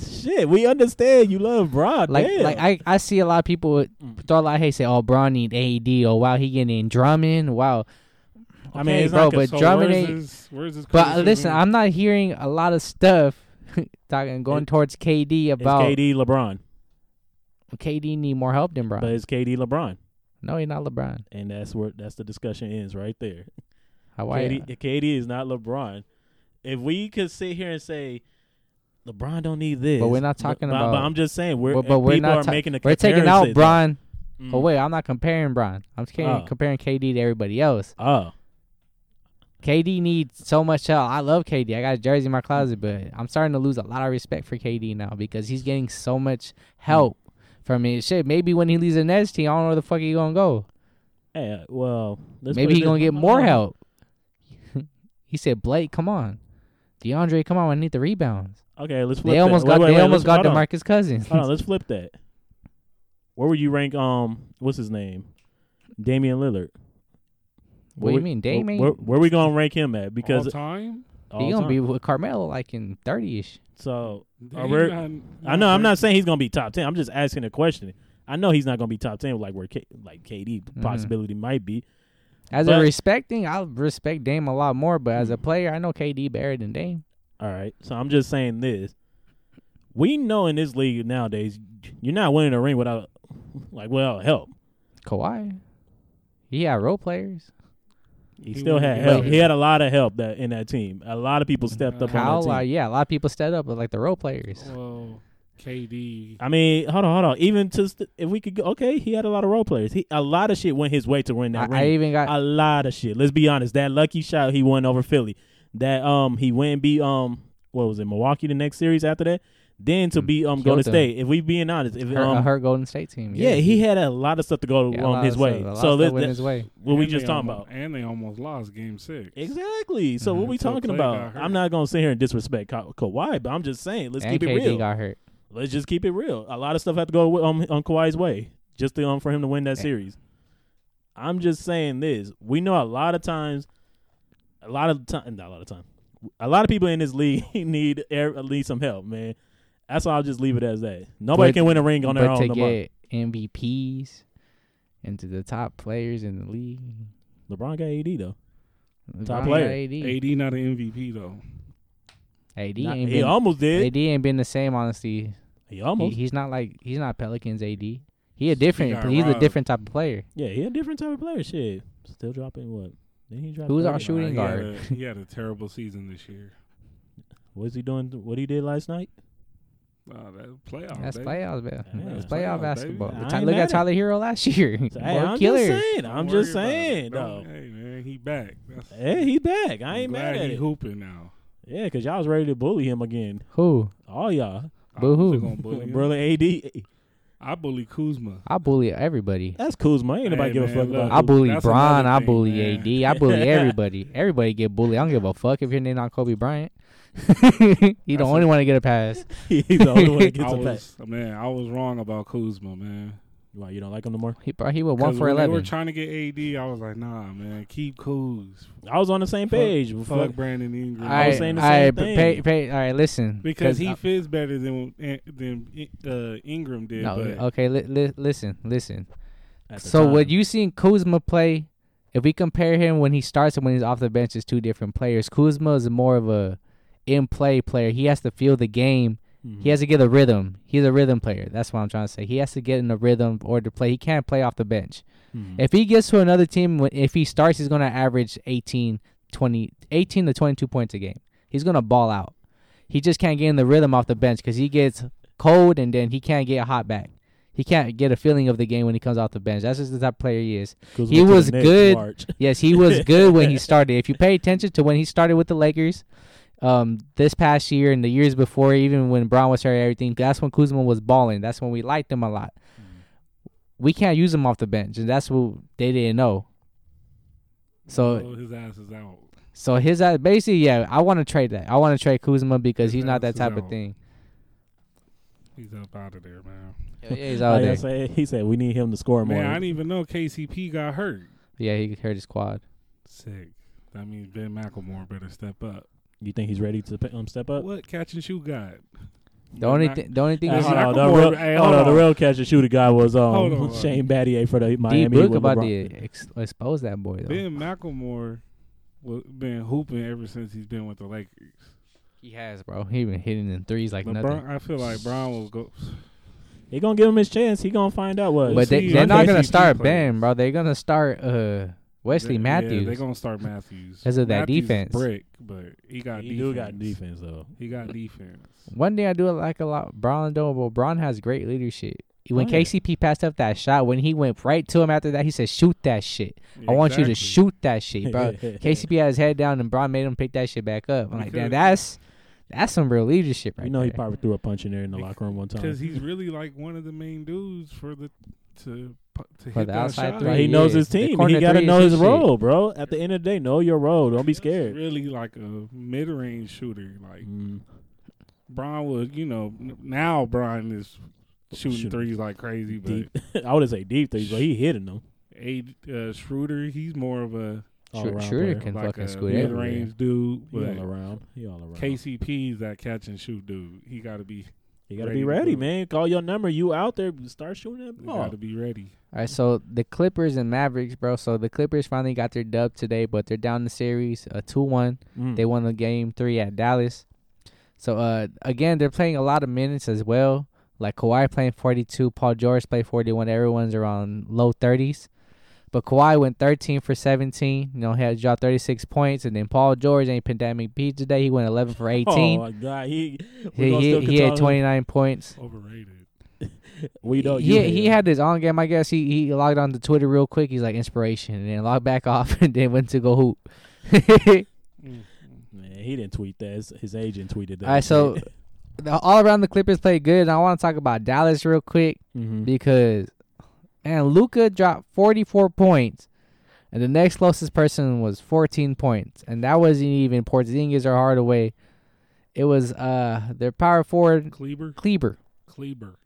Speaker 1: shit, we understand you love Broad.
Speaker 2: Like,
Speaker 1: damn.
Speaker 2: like I, I see a lot of people with-
Speaker 1: Mm.
Speaker 2: throw a lot of hate. Say, "Oh, Braun need AD." Oh, wow, he getting in Drummond. Wow,
Speaker 1: I mean,
Speaker 2: okay,
Speaker 1: it's not
Speaker 2: bro, but
Speaker 1: cons-
Speaker 2: Drummond
Speaker 3: where's
Speaker 2: ain't-
Speaker 3: his, where's his
Speaker 2: But uh,
Speaker 3: criticism?
Speaker 2: listen, I'm not hearing a lot of stuff talking going
Speaker 1: It-
Speaker 2: towards KD
Speaker 1: it's
Speaker 2: about KD.
Speaker 1: KD LeBron,
Speaker 2: need more help than Bron.
Speaker 1: but it's KD LeBron,
Speaker 2: no, he's not LeBron.
Speaker 1: and that's where that's the discussion ends right there.
Speaker 2: How why?
Speaker 1: KD, KD is not LeBron. If we could sit here and say LeBron don't need this,
Speaker 2: But we're not talking
Speaker 1: but- but-
Speaker 2: about-
Speaker 1: But I'm just saying we're
Speaker 2: but- but we're
Speaker 1: people
Speaker 2: not
Speaker 1: are
Speaker 2: ta-
Speaker 1: making the
Speaker 2: We're taking out
Speaker 1: comparisons.
Speaker 2: Bron.
Speaker 1: Mm.
Speaker 2: Oh wait, I'm not comparing Bron. I'm just kidding,
Speaker 1: Oh.
Speaker 2: comparing KD to everybody else.
Speaker 1: Oh,
Speaker 2: KD needs so much help. I love KD. I got a jersey in my closet, but I'm starting to lose a lot of respect for KD now because he's getting so much help from his shit. Maybe when he leaves the Nets team, I don't know where the fuck he gonna go.
Speaker 1: hey, uh, well, let's put
Speaker 2: Maybe
Speaker 1: it
Speaker 2: he
Speaker 1: this-
Speaker 2: gonna get more
Speaker 1: Oh.
Speaker 2: help. he said, "Blake, come on, DeAndre, come on, I need the rebounds."
Speaker 1: Okay, let's flip.
Speaker 2: They
Speaker 1: that.
Speaker 2: almost
Speaker 1: Wait,
Speaker 2: got
Speaker 1: wait,
Speaker 2: they
Speaker 1: wait,
Speaker 2: almost
Speaker 1: let's-
Speaker 2: got
Speaker 1: hold on.
Speaker 2: DeMarcus Cousins.
Speaker 1: Hold on, let's flip that. Where would you rank? Um, what's his name? Damian Lillard.
Speaker 2: What do
Speaker 1: Where
Speaker 2: you
Speaker 1: we-
Speaker 2: mean,
Speaker 1: where-
Speaker 2: Damian?
Speaker 1: Where, where we gonna rank him at?
Speaker 3: Because
Speaker 1: Because
Speaker 3: all time.
Speaker 1: all
Speaker 2: He gonna
Speaker 1: time.
Speaker 2: be with Carmelo like in thirty ish.
Speaker 1: so.
Speaker 3: Damn,
Speaker 1: we're-
Speaker 3: not-
Speaker 1: I know I'm
Speaker 3: very-
Speaker 1: not saying he's gonna be top ten. I'm just asking a question. I know he's not gonna be top ten. Like where K, like KD
Speaker 2: Mhm.
Speaker 1: possibility might be.
Speaker 2: As
Speaker 1: But- Mm.
Speaker 2: a respecting, I respect Dame a lot more. But as a player, I know KD better than Dame.
Speaker 1: All right. So I'm just saying this. We know in this league nowadays, you're not winning a ring without like without help.
Speaker 2: Kawhi, he had role players.
Speaker 1: He,
Speaker 3: He
Speaker 1: still
Speaker 3: wouldn't
Speaker 1: had
Speaker 3: be
Speaker 1: help.
Speaker 3: better.
Speaker 1: He had a lot of help that in that team. A lot of people stepped up
Speaker 2: How
Speaker 1: on that
Speaker 2: like
Speaker 1: team. Oh,
Speaker 2: yeah, a lot of people stepped up with like the role players.
Speaker 3: Well, KD.
Speaker 1: I mean, hold on, hold on. Even to st- if we could, go, okay, he had a lot of role players. He a lot of shit went his way to win
Speaker 2: I,
Speaker 1: that
Speaker 2: I
Speaker 1: ring.
Speaker 2: even got
Speaker 1: a lot of shit. Let's be honest. That lucky shot he won over Philly. That um he went and beat um what was it Milwaukee the next series after that. Then
Speaker 2: Mm.
Speaker 1: to beat um Golden
Speaker 2: Killed them.
Speaker 1: State. If we being honest, if
Speaker 2: her, uh,
Speaker 1: um,
Speaker 2: her Golden State team.
Speaker 1: Yeah, he had a lot of stuff to go
Speaker 2: Yeah, a
Speaker 1: um,
Speaker 2: lot
Speaker 1: his
Speaker 2: of
Speaker 1: way.
Speaker 2: stuff- a lot of
Speaker 1: So
Speaker 2: stuff
Speaker 1: let,
Speaker 2: went
Speaker 1: let-
Speaker 2: his way.
Speaker 1: what we
Speaker 3: and
Speaker 1: just
Speaker 3: they
Speaker 1: talking
Speaker 3: almo-
Speaker 1: about?
Speaker 3: And they almost lost Game Six.
Speaker 1: Exactly. So what
Speaker 2: Mhm.
Speaker 1: we
Speaker 3: So
Speaker 1: talking
Speaker 3: Clay
Speaker 1: about?
Speaker 3: got hurt.
Speaker 1: I'm not gonna sit here and disrespect Ka- Kawhi, but I'm just saying let's
Speaker 2: and
Speaker 1: keep
Speaker 2: KD
Speaker 1: it real.
Speaker 2: got hurt.
Speaker 1: Let's just keep it real. A lot of stuff had to go um, on Kawhi's way just to, um, for him to win that
Speaker 2: Yeah.
Speaker 1: series. I'm just saying this. We know a lot of times, a lot of time, not a lot of time, a lot of people in this league need air, need some help, man. That's why I'll just leave it as that. Nobody
Speaker 2: But-
Speaker 1: can win a ring on their
Speaker 2: But
Speaker 1: own.
Speaker 2: to
Speaker 1: no more.
Speaker 2: get MVPs and to the top players in the league,
Speaker 1: LeBron got AD though. Top
Speaker 2: LeBron
Speaker 1: player.
Speaker 2: got AD,
Speaker 3: AD not an MVP though.
Speaker 2: AD
Speaker 1: Nah,
Speaker 2: ain't
Speaker 1: he
Speaker 2: been.
Speaker 1: almost did.
Speaker 2: AD ain't been the same. Honestly,
Speaker 1: He
Speaker 2: he,
Speaker 1: almost.
Speaker 2: he's not like he's not Pelicans AD. He a different.
Speaker 3: got
Speaker 2: he's a
Speaker 3: robbed.
Speaker 2: different type of player.
Speaker 1: yeah, he a different type of player. Shit, still dropping what? Then he dropped
Speaker 2: Who's our
Speaker 1: 30.
Speaker 2: shooting
Speaker 3: he
Speaker 2: guard.
Speaker 3: Had a, he had a terrible season this year.
Speaker 1: What's he doing? What he did last night?
Speaker 3: Wow, that playoff.
Speaker 2: That's
Speaker 3: Oh, baby.
Speaker 2: playoff, man.
Speaker 1: Yeah,
Speaker 2: That's
Speaker 1: playoff,
Speaker 2: playoff
Speaker 3: baby.
Speaker 2: basketball.
Speaker 1: I
Speaker 2: The
Speaker 1: ain't
Speaker 2: Ty- look
Speaker 1: mad
Speaker 2: at
Speaker 1: at-
Speaker 2: Tyler Hero last year.
Speaker 1: So, hey,
Speaker 2: Ball
Speaker 1: I'm
Speaker 2: killer.
Speaker 1: just saying.
Speaker 3: Don't
Speaker 1: I'm
Speaker 3: worry
Speaker 1: just
Speaker 3: about it.
Speaker 1: saying though.
Speaker 3: Don't- Hey man, he back. That's,
Speaker 1: Hey, he back. I ain't
Speaker 3: I'm
Speaker 1: mad
Speaker 3: glad
Speaker 1: at
Speaker 3: he
Speaker 1: it.
Speaker 3: hooping now.
Speaker 1: Yeah, cause y'all was ready to bully him again.
Speaker 2: Who?
Speaker 1: All y'all,
Speaker 2: Boo hoo.
Speaker 3: I'm gonna bully him.
Speaker 1: brother AD.
Speaker 3: I bully Kuzma.
Speaker 2: I bully everybody.
Speaker 1: That's Kuzma. Ain't nobody
Speaker 3: Hey,
Speaker 1: give a
Speaker 3: man,
Speaker 1: fuck
Speaker 3: look.
Speaker 1: about.
Speaker 2: I
Speaker 1: Kuzma.
Speaker 2: bully
Speaker 3: That's
Speaker 2: Bron.
Speaker 3: another
Speaker 2: I
Speaker 3: thing,
Speaker 2: bully
Speaker 3: man.
Speaker 2: AD. I bully everybody. everybody get bullied. I don't give a fuck if your name not Kobe Bryant. he the
Speaker 3: That's
Speaker 2: only one to get a pass.
Speaker 1: He's the only one that
Speaker 3: I
Speaker 1: gets a pass.
Speaker 3: was man, I was wrong about Kuzma, man.
Speaker 1: Why you don't like him no more?
Speaker 2: He bro, he went one
Speaker 3: 'Cause
Speaker 2: for
Speaker 3: when They were
Speaker 2: eleven.
Speaker 3: trying to get AD. I was like, nah, man, keep Kuz.
Speaker 1: I was on the same page.
Speaker 3: Fuck,
Speaker 1: Fuck.
Speaker 3: Brandon Ingram.
Speaker 1: I was
Speaker 2: Alright,
Speaker 1: saying the
Speaker 2: alright,
Speaker 1: same
Speaker 2: but
Speaker 1: thing.
Speaker 2: Pay, pay, all right, listen.
Speaker 3: because he
Speaker 2: I-
Speaker 3: fits better than eh, than uh, Ingram did.
Speaker 2: no,
Speaker 3: but
Speaker 2: okay, li- li- listen, listen.
Speaker 1: at the
Speaker 2: So
Speaker 1: time.
Speaker 2: what you seen Kuzma play? If we compare him when he starts and when he's off the bench, it's two different players. Kuzma is more of a in play player. He has to feel the game.
Speaker 1: Mhm.
Speaker 2: He has to get a rhythm. He's a rhythm player. That's what I'm trying to say. He has to get in a rhythm or to play. He can't play off the bench.
Speaker 1: Mhm.
Speaker 2: If he gets to another team, when- if he starts, he's going to average 18, 20, 18 to 22 points a game. He's going to ball out. He just can't get in the rhythm off the bench because he gets cold and then he can't get hot back. He can't get a feeling of the game when he comes off the bench. That's just the type of player he is.
Speaker 1: Kuzma
Speaker 2: he
Speaker 1: to the
Speaker 2: was
Speaker 1: Knicks,
Speaker 2: good.
Speaker 1: March.
Speaker 2: Yes, he was good when he started. If you pay attention to when he started with the Lakers, um, this past year and the years before, even when Brown was hurt, and everything that's when Kuzma was balling. That's when we liked him a lot. We can't use him off the bench, and that's what they didn't know. So,
Speaker 3: oh, his ass is out.
Speaker 2: so his ass- basically, yeah, I want to trade that. I want to trade Kuzma because
Speaker 3: His
Speaker 2: he's not
Speaker 3: ass
Speaker 2: that
Speaker 3: is
Speaker 2: type of
Speaker 3: out.
Speaker 2: thing.
Speaker 3: He's up out of there, man.
Speaker 2: Yeah, he's out
Speaker 1: Like I
Speaker 2: there.
Speaker 1: said, he said we need him to score more.
Speaker 3: Man, I didn't even know KCP got hurt.
Speaker 2: Yeah, he hurt his quad.
Speaker 3: Sick. That means Ben McElmore better step up.
Speaker 1: you think he's ready to p- um, step up?
Speaker 3: What catch and shoot got?
Speaker 2: The only thi- the only thing
Speaker 1: Hey,
Speaker 2: is,
Speaker 1: hold on, the
Speaker 3: Nakamura-
Speaker 1: real,
Speaker 3: hey,
Speaker 1: hold
Speaker 3: hold
Speaker 1: on, the
Speaker 3: on.
Speaker 1: real catch and shooter guy was
Speaker 3: Hold
Speaker 1: um
Speaker 3: on.
Speaker 1: Shane Battier for the
Speaker 2: D
Speaker 1: Miami.
Speaker 2: Book
Speaker 1: when
Speaker 2: about to
Speaker 1: LeBron-
Speaker 2: ex- expose that boy though.
Speaker 3: Ben McElmore was been hooping ever since he's been with the Lakers.
Speaker 2: He has, bro. He been hitting in threes like nothing.
Speaker 3: LeBron, I feel like Brown will go.
Speaker 1: He gonna give him his chance. He gonna find out what.
Speaker 2: But they,
Speaker 3: see,
Speaker 2: they're
Speaker 3: like
Speaker 2: not gonna
Speaker 3: KCP
Speaker 2: start
Speaker 3: players.
Speaker 2: Ben, bro. They're gonna start uh Wesley
Speaker 3: Yeah,
Speaker 2: Matthews.
Speaker 3: they're gonna start Matthews
Speaker 2: 'Cause of that
Speaker 3: Matthews is
Speaker 2: defense.
Speaker 3: Brick, but he got
Speaker 1: he
Speaker 3: defense.
Speaker 1: do got defense though.
Speaker 3: He got defense.
Speaker 2: One thing I do like a lot, Bron though. Well, Bron has great leadership. When
Speaker 1: Oh, yeah.
Speaker 2: KCP passed up that shot, when he went right to him after that, he said, "Shoot that shit. I want you to
Speaker 3: Exactly.
Speaker 2: shoot that shit, bro." KCP had his head down, and Bron made him pick that shit back up. I'm like, damn,
Speaker 3: Because-
Speaker 2: that's that's some real leadership, right
Speaker 1: you know he
Speaker 2: there.
Speaker 1: probably threw a punch in there in the
Speaker 3: Because-
Speaker 1: locker room one time.
Speaker 3: because he's really like one of the main dudes for the to pu- to
Speaker 2: For
Speaker 3: hit
Speaker 2: the
Speaker 3: that
Speaker 2: outside
Speaker 3: shot.
Speaker 2: three,
Speaker 1: Like, he
Speaker 2: yeah.
Speaker 1: knows his
Speaker 2: The
Speaker 1: team.
Speaker 2: corner
Speaker 1: He gotta
Speaker 2: three is
Speaker 1: know
Speaker 2: his
Speaker 1: his
Speaker 2: shit.
Speaker 1: role, bro. At the end of the day, know your role. Don't be
Speaker 3: He's
Speaker 1: scared.
Speaker 3: Really like a mid-range shooter. Like
Speaker 1: Mm.
Speaker 3: Bron would, you know, n- now Bron is shooting
Speaker 1: Shoot.
Speaker 3: threes like crazy. But
Speaker 1: Deep. I would say deep threes, but he hitting them.
Speaker 3: Aid, uh, Schroeder, he's more of a
Speaker 1: All
Speaker 2: Schro-
Speaker 1: around
Speaker 2: Schroeder
Speaker 1: player.
Speaker 2: can
Speaker 3: like
Speaker 2: fucking
Speaker 3: a
Speaker 2: scoot
Speaker 3: mid
Speaker 2: everywhere.
Speaker 3: range dude.
Speaker 1: He all
Speaker 3: But
Speaker 1: around. He all around.
Speaker 3: KCP's that catch and shoot dude. He got to be
Speaker 1: you gotta
Speaker 3: ready
Speaker 1: be
Speaker 3: to
Speaker 1: ready,
Speaker 3: move.
Speaker 1: man. Call your number. You out there? Start shooting that
Speaker 3: he
Speaker 2: Oh.
Speaker 1: ball.
Speaker 3: got to be ready.
Speaker 2: All right, so the Clippers and Mavericks, bro. So the Clippers finally got their dub today, but they're down the series, uh, a two-one.
Speaker 1: Mm.
Speaker 2: They won the game three at Dallas. So uh, again, they're playing a lot of minutes as well. Like Kawhi playing 42, Paul George played 41. Everyone's around low 30s. But Kawhi went 13 for 17. You know, he had dropped 36 points, and then Paul George ain't pandemic beat today. He went 11 for 18.
Speaker 1: Oh my god, he we
Speaker 2: he
Speaker 1: gonna
Speaker 2: he,
Speaker 1: still
Speaker 2: he had
Speaker 1: control him.
Speaker 2: 29 points.
Speaker 3: Overrated.
Speaker 1: We know
Speaker 2: he,
Speaker 1: you
Speaker 2: he
Speaker 1: hate
Speaker 2: had his on game. I guess he, he logged on to Twitter real quick. He's like inspiration, and then logged back off, and then went to go hoop.
Speaker 1: him. man. He didn't tweet that. His, his agent tweeted that.
Speaker 2: All right, so the- all around the Clippers played good. And I want to talk about Dallas real quick
Speaker 1: hmm
Speaker 2: because and Luca dropped 44 points, and the next closest person was 14 points, and that wasn't even Porzingis or Hardaway. It was uh their power forward
Speaker 3: Kleber.
Speaker 2: Kleber.
Speaker 3: Kleber.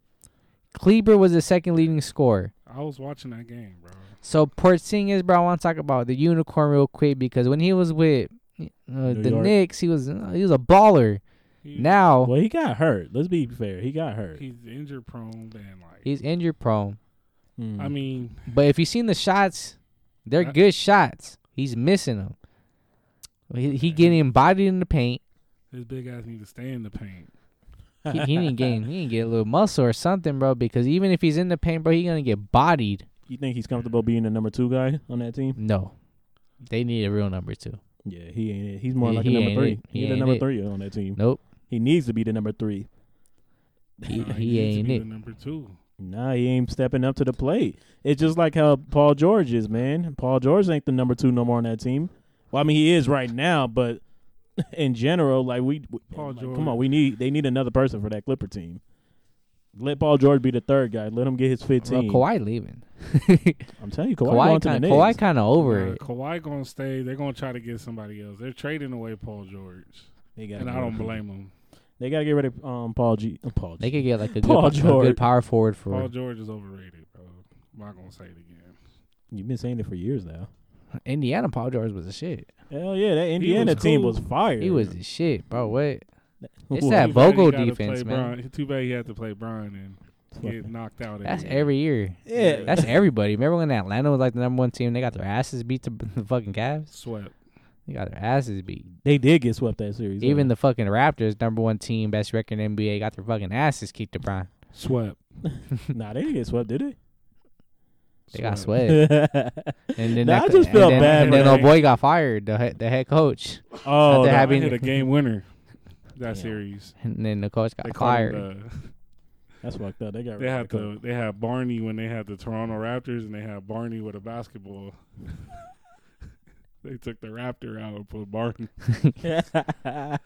Speaker 2: Kleber was the second leading scorer.
Speaker 3: I was watching that game, bro.
Speaker 2: So Porzingis, bro, I want to talk about the unicorn real quick because when he was with uh, the
Speaker 1: York.
Speaker 2: Knicks, he was uh, he was a baller.
Speaker 3: He,
Speaker 2: Now
Speaker 1: Well, he got hurt. Let's be fair. He got hurt.
Speaker 3: he's injured prone and like
Speaker 2: he's injury prone,
Speaker 1: Mm.
Speaker 3: I mean,
Speaker 2: but if you seen the shots, they're
Speaker 3: I-
Speaker 2: good shots. He's missing them. He, he getting embodied in the paint.
Speaker 3: his big ass need to stay in the paint.
Speaker 2: He, he didn't gain. He didn't get a little muscle or something, bro. Because even if he's in the paint, bro, he gonna get bodied.
Speaker 1: you think he's comfortable being the number two guy on that team?
Speaker 2: No, they need a real number two.
Speaker 1: Yeah, he ain't. It. He's more
Speaker 2: Yeah,
Speaker 1: like
Speaker 2: he
Speaker 1: a
Speaker 2: ain't
Speaker 1: number three.
Speaker 2: it. He
Speaker 1: He's the
Speaker 2: ain't
Speaker 1: number
Speaker 2: it.
Speaker 1: three on that team.
Speaker 2: Nope,
Speaker 1: He needs to be the number three.
Speaker 2: he,
Speaker 3: Nah,
Speaker 2: he
Speaker 3: needs to
Speaker 2: ain't
Speaker 3: be
Speaker 2: it.
Speaker 3: the number two.
Speaker 1: Nah, he ain't stepping up to the plate. It's just like how Paul George is, man. Paul George ain't the number two no more on that team. Well, I mean, he is right now, but in general, like we, we-
Speaker 3: Paul
Speaker 1: like,
Speaker 3: George.
Speaker 1: come on, we need they need another person for that Clipper team. Let Paul George be the third guy. Let him get his
Speaker 2: Bro,
Speaker 1: fifteen.
Speaker 2: Kawhi leaving.
Speaker 1: I'm telling you, Kawhi,
Speaker 2: Kawhi
Speaker 1: going to the
Speaker 2: kind
Speaker 1: Knicks.
Speaker 2: Kawhi kind of over
Speaker 3: Nah,
Speaker 2: it.
Speaker 3: Kawhi gonna stay. They're gonna try to get somebody else. They're trading away Paul George,
Speaker 1: they gotta
Speaker 3: and I
Speaker 1: get rid
Speaker 3: don't
Speaker 1: of-
Speaker 3: blame them.
Speaker 1: They got to get rid of um, Paul G. uh, Paul G.
Speaker 2: They could get like a good,
Speaker 1: Paul
Speaker 2: a
Speaker 1: George.
Speaker 2: good power forward for.
Speaker 3: Paul George is overrated, bro. I'm not gonna say it again.
Speaker 1: You've been saying it for years now.
Speaker 2: Indiana Paul George was a shit.
Speaker 1: Hell yeah, that Indiana
Speaker 3: was
Speaker 1: team
Speaker 3: cool.
Speaker 1: was fire.
Speaker 2: He was the shit, bro. What?
Speaker 1: Who
Speaker 2: it's that
Speaker 1: was-
Speaker 3: Too bad he
Speaker 2: Vogel
Speaker 3: gotta
Speaker 2: defense,
Speaker 3: play
Speaker 2: man.
Speaker 3: Bron- Too bad he had to play Brian and get knocked out.
Speaker 2: That's
Speaker 3: year.
Speaker 2: every year.
Speaker 1: Yeah,
Speaker 2: That's everybody. Remember when Atlanta was like the number one team? They got their asses beat to the fucking Cavs.
Speaker 3: swept.
Speaker 2: They got their asses beat.
Speaker 1: they did get swept that series.
Speaker 2: Even the fucking Raptors, number one team, best record in NBA, got their fucking asses kicked to Brian.
Speaker 3: Swept.
Speaker 1: the nah, they didn't get swept, did they?
Speaker 2: They got swept.
Speaker 1: oh,
Speaker 2: And then
Speaker 1: Nah, I
Speaker 2: after-
Speaker 1: just
Speaker 2: and
Speaker 1: felt
Speaker 2: then-
Speaker 1: bad
Speaker 2: And
Speaker 1: for
Speaker 2: then
Speaker 1: that.
Speaker 2: old boy got fired, the head, the head coach.
Speaker 1: Oh, no,
Speaker 2: After
Speaker 3: I
Speaker 2: having-
Speaker 3: hit a game winner
Speaker 1: Damn.
Speaker 3: that series.
Speaker 2: And then the coach got
Speaker 3: They called him
Speaker 2: fired.
Speaker 1: uh,
Speaker 3: the-
Speaker 1: that's fucked up. They got
Speaker 3: they
Speaker 1: rid
Speaker 3: had
Speaker 1: of the
Speaker 3: the they had Barney when they had the Toronto Raptors, and they had Barney with a basketball. they took the Raptor out and put Barney.
Speaker 1: coach.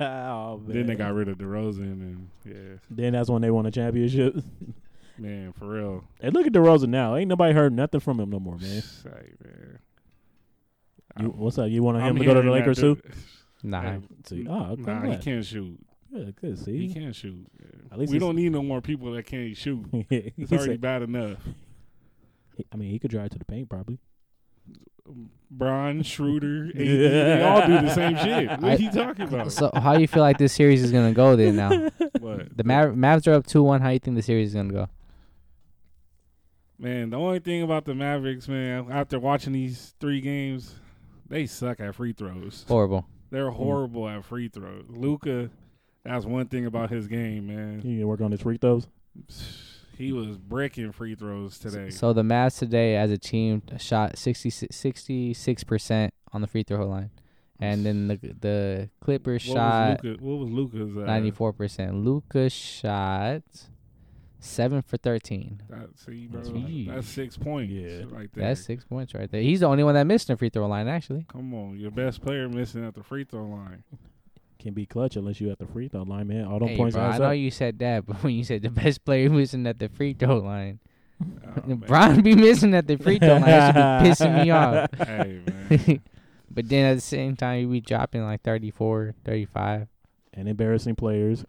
Speaker 1: oh, man.
Speaker 3: Then they got rid of DeRozan, and yeah,
Speaker 1: Then that's when they won a championship.
Speaker 3: man, for real.
Speaker 1: hey, look at DeRozan now. Ain't nody heard nothing from him no more, man.
Speaker 3: Say, man.
Speaker 1: You,
Speaker 3: I'm-
Speaker 1: what's up? You want
Speaker 3: I'm
Speaker 1: him to go to the
Speaker 3: hearing that
Speaker 1: Lakers too?
Speaker 3: dude-
Speaker 2: Nah.
Speaker 1: See, oh, okay,
Speaker 3: nah,
Speaker 1: I'm
Speaker 3: he
Speaker 1: glad.
Speaker 3: can't shoot.
Speaker 1: Good, good.
Speaker 3: He
Speaker 1: See,
Speaker 3: can't shoot.
Speaker 1: At least
Speaker 3: we
Speaker 1: he's-
Speaker 3: don't need no more people that can't shoot. It's
Speaker 1: He
Speaker 3: already
Speaker 1: said-
Speaker 3: bad enough.
Speaker 1: I mean, he could drive to the paint probably.
Speaker 3: Bron Schroeder, AD, they all do the same shit. What
Speaker 2: I-
Speaker 3: he talking about?
Speaker 2: So how you feel like this series is gonna go then now?
Speaker 3: What?
Speaker 2: The Mav- Mavs are up two one. How you think the series is gonna go?
Speaker 3: Man, the only thing about the Mavericks, man, after watching these three games, they suck at free throws.
Speaker 2: Horrible.
Speaker 3: They're horrible at free throws. Luca, that's one thing about his game, man.
Speaker 1: You need to work on his free throws.
Speaker 3: He was breaking free throws today.
Speaker 2: So the Mavs today, as a team, shot 66 percent on the free throw line, and then the the Clippers
Speaker 3: what
Speaker 2: shot
Speaker 3: Was Luka, what was Luca's? Uh,
Speaker 2: ninety four percent. Luca shot seven for thirteen.
Speaker 3: That, see, bro,
Speaker 2: Jeez.
Speaker 3: that's six points.
Speaker 1: Yeah.
Speaker 3: right there.
Speaker 2: That's six points right there. He's the only one that missed the free throw line actually.
Speaker 3: Come on, your best player missing at the free throw line.
Speaker 1: Can be clutch unless you at the free throw line, man. All them
Speaker 2: Hey,
Speaker 1: points
Speaker 2: bro, I
Speaker 1: adds
Speaker 2: know
Speaker 1: up.
Speaker 2: you said that, but when you said the best player missing at the free throw line,
Speaker 3: Oh, man.
Speaker 2: Brian be missing at the free throw line. That should be pissing me off.
Speaker 3: hey man,
Speaker 2: but then at the same time, you be dropping like 34, 35.
Speaker 1: and embarrassing players.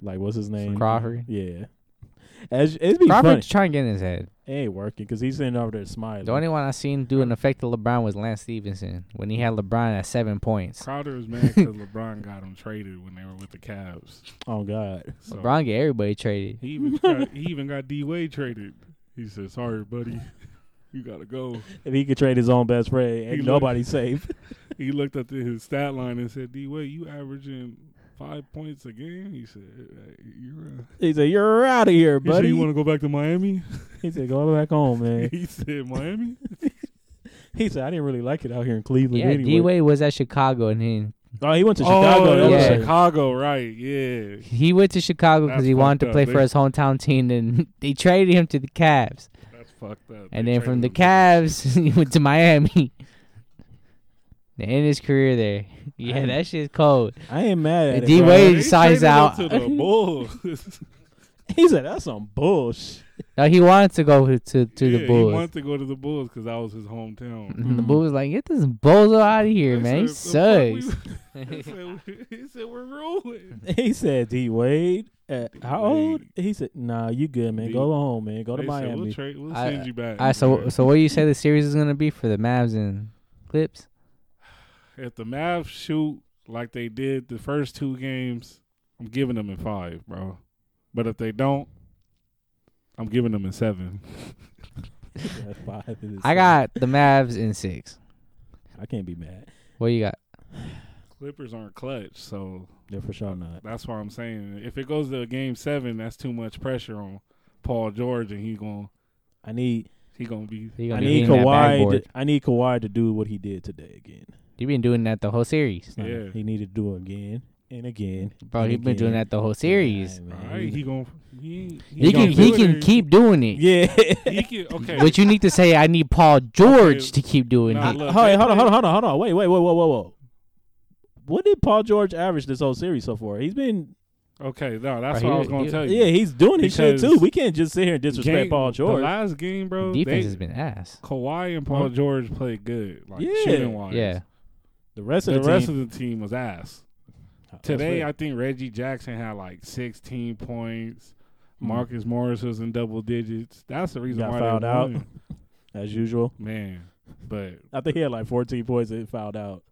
Speaker 1: Like what's his name?
Speaker 2: Crawford.
Speaker 1: Yeah. As, it'd be funny.
Speaker 2: Crawford's trying to get in his head.
Speaker 1: It ain't working because he's sitting over there smiling.
Speaker 2: The only one I seen do an effect to LeBron was Lance Stevenson when he had LeBron at seven points.
Speaker 3: Crowder was mad because LeBron got him traded when they were with the Cavs.
Speaker 1: Oh God,
Speaker 3: So
Speaker 2: LeBron get everybody traded.
Speaker 3: he even got, he even got D Wade traded. He said, "Sorry, buddy, you gotta go."
Speaker 1: if he could trade his own best friend,
Speaker 3: He
Speaker 1: ain't
Speaker 3: look-
Speaker 1: nobody safe.
Speaker 3: He looked at the- his stat line and said, "D Wade, you averaging five points a game?" He said, "Hey, "You're." Uh,
Speaker 1: He said, "You're out of here,
Speaker 3: he said,
Speaker 1: buddy."
Speaker 3: "You want to go back to Miami?"
Speaker 1: He said, "Go back home, man."
Speaker 3: he said, "Miami."
Speaker 1: he said, "I didn't really like it out here in Cleveland."
Speaker 2: Yeah,
Speaker 1: anyway.
Speaker 2: D Wade was at Chicago and he
Speaker 1: Oh, he went to
Speaker 3: oh,
Speaker 1: Chicago. that
Speaker 3: it
Speaker 1: was
Speaker 3: was
Speaker 2: yeah.
Speaker 1: it.
Speaker 3: Chicago, right? Yeah.
Speaker 2: he went to Chicago because
Speaker 3: That's
Speaker 2: he wanted
Speaker 3: fucked
Speaker 2: to
Speaker 3: up,
Speaker 2: play
Speaker 3: they-
Speaker 2: for his hometown team, and they traded him to the Cavs.
Speaker 3: That's fucked up.
Speaker 2: And
Speaker 3: They
Speaker 2: then from the
Speaker 3: traded him
Speaker 2: Cavs, he went to Miami. To end his career there. Yeah,
Speaker 1: Damn.
Speaker 2: that shit's cold.
Speaker 1: I ain't mad at
Speaker 2: D
Speaker 1: it.
Speaker 3: to-
Speaker 1: bro.
Speaker 2: Wade
Speaker 3: They
Speaker 2: size
Speaker 3: traded him
Speaker 2: out.
Speaker 3: to the Bulls.
Speaker 1: He said, "That's some bullshit."
Speaker 2: No, he wanted to go to to
Speaker 3: yeah,
Speaker 2: the
Speaker 3: He
Speaker 2: Bulls.
Speaker 3: wanted to go to the Bulls because that was his hometown.
Speaker 2: And the Bulls was like, get this bozo out of here,
Speaker 3: They
Speaker 2: man. He
Speaker 3: said, "The
Speaker 2: sucks.
Speaker 3: fuck we- he, said, we- he said, we're ruined.
Speaker 1: He said, "D Wade, uh, how old?"
Speaker 3: D-Wade.
Speaker 1: He said, "Nah, you good, man.
Speaker 3: D-
Speaker 1: Go home, man. Go to
Speaker 3: They said, we'll
Speaker 1: Miami."
Speaker 3: trade. We'll
Speaker 2: I-
Speaker 3: send you back.
Speaker 2: All right, so
Speaker 3: Yeah.
Speaker 2: so what do you say the series is gonna be for the Mavs and Clips?
Speaker 3: if the Mavs shoot like they did the first two games, I'm giving them in five, bro. But if they don't, I'm giving them in seven.
Speaker 1: Yeah, five is-
Speaker 2: I got the Mavs in six.
Speaker 1: I can't be mad.
Speaker 2: What you got?
Speaker 3: Clippers aren't clutch, so
Speaker 1: Yeah, for sure not.
Speaker 3: that's why I'm saying if it goes to game seven, that's too much pressure on Paul George, and he going
Speaker 1: I need.
Speaker 3: he gonna be.
Speaker 2: You
Speaker 1: I
Speaker 2: gonna be
Speaker 1: need
Speaker 2: hitting that
Speaker 1: Kawhi.
Speaker 2: backboard.
Speaker 1: To, I need Kawhi to do what he did today again.
Speaker 2: You been doing that the whole series,
Speaker 1: Nah,
Speaker 3: Yeah.
Speaker 1: He needed to do it again and again.
Speaker 2: bro.
Speaker 1: and
Speaker 2: He been doing
Speaker 1: again.
Speaker 2: that the whole series.
Speaker 1: Yeah,
Speaker 3: All
Speaker 1: man.
Speaker 3: right, he gonna he,
Speaker 2: He, can
Speaker 1: He gonna
Speaker 3: gonna do
Speaker 2: he
Speaker 3: it
Speaker 2: can
Speaker 3: or-
Speaker 2: keep doing it.
Speaker 1: yeah.
Speaker 3: He can okay.
Speaker 2: But you need to say I need Paul George
Speaker 3: Okay.
Speaker 2: to keep doing
Speaker 3: Nah,
Speaker 2: it.
Speaker 3: look,
Speaker 1: hold,
Speaker 3: they
Speaker 1: on, hold on,
Speaker 3: play-
Speaker 1: hold on, hold on, hold on. Wait, wait, whoa, whoa, whoa, whoa. What did Paul George average this whole series so far? He's been,
Speaker 3: Okay, no, that's
Speaker 2: Bro, he-
Speaker 3: what I was gonna
Speaker 2: he-
Speaker 3: tell you.
Speaker 1: yeah, he's doing his shit
Speaker 3: Because
Speaker 1: too. We can't just sit here and disrespect
Speaker 3: Game-
Speaker 1: Paul George.
Speaker 3: The last game, bro,
Speaker 2: Defense
Speaker 3: they-
Speaker 2: has been ass.
Speaker 3: Kawhi and Paul
Speaker 1: Huh?
Speaker 3: George played good, like
Speaker 1: Yeah.
Speaker 3: shooting wise.
Speaker 2: Yeah,
Speaker 1: The rest
Speaker 3: So
Speaker 1: of
Speaker 3: the
Speaker 1: the,
Speaker 3: rest
Speaker 1: team,
Speaker 3: of the team was ass.
Speaker 1: That's
Speaker 3: Today,
Speaker 1: weird.
Speaker 3: I think Reggie Jackson had like 16 points.
Speaker 1: Mhm.
Speaker 3: Marcus Morris was in double digits. That's the reason
Speaker 1: Got
Speaker 3: why
Speaker 1: fouled
Speaker 3: they
Speaker 1: out.
Speaker 3: won.
Speaker 1: as usual,
Speaker 3: man. But
Speaker 1: I think he had like 14 points and fouled out.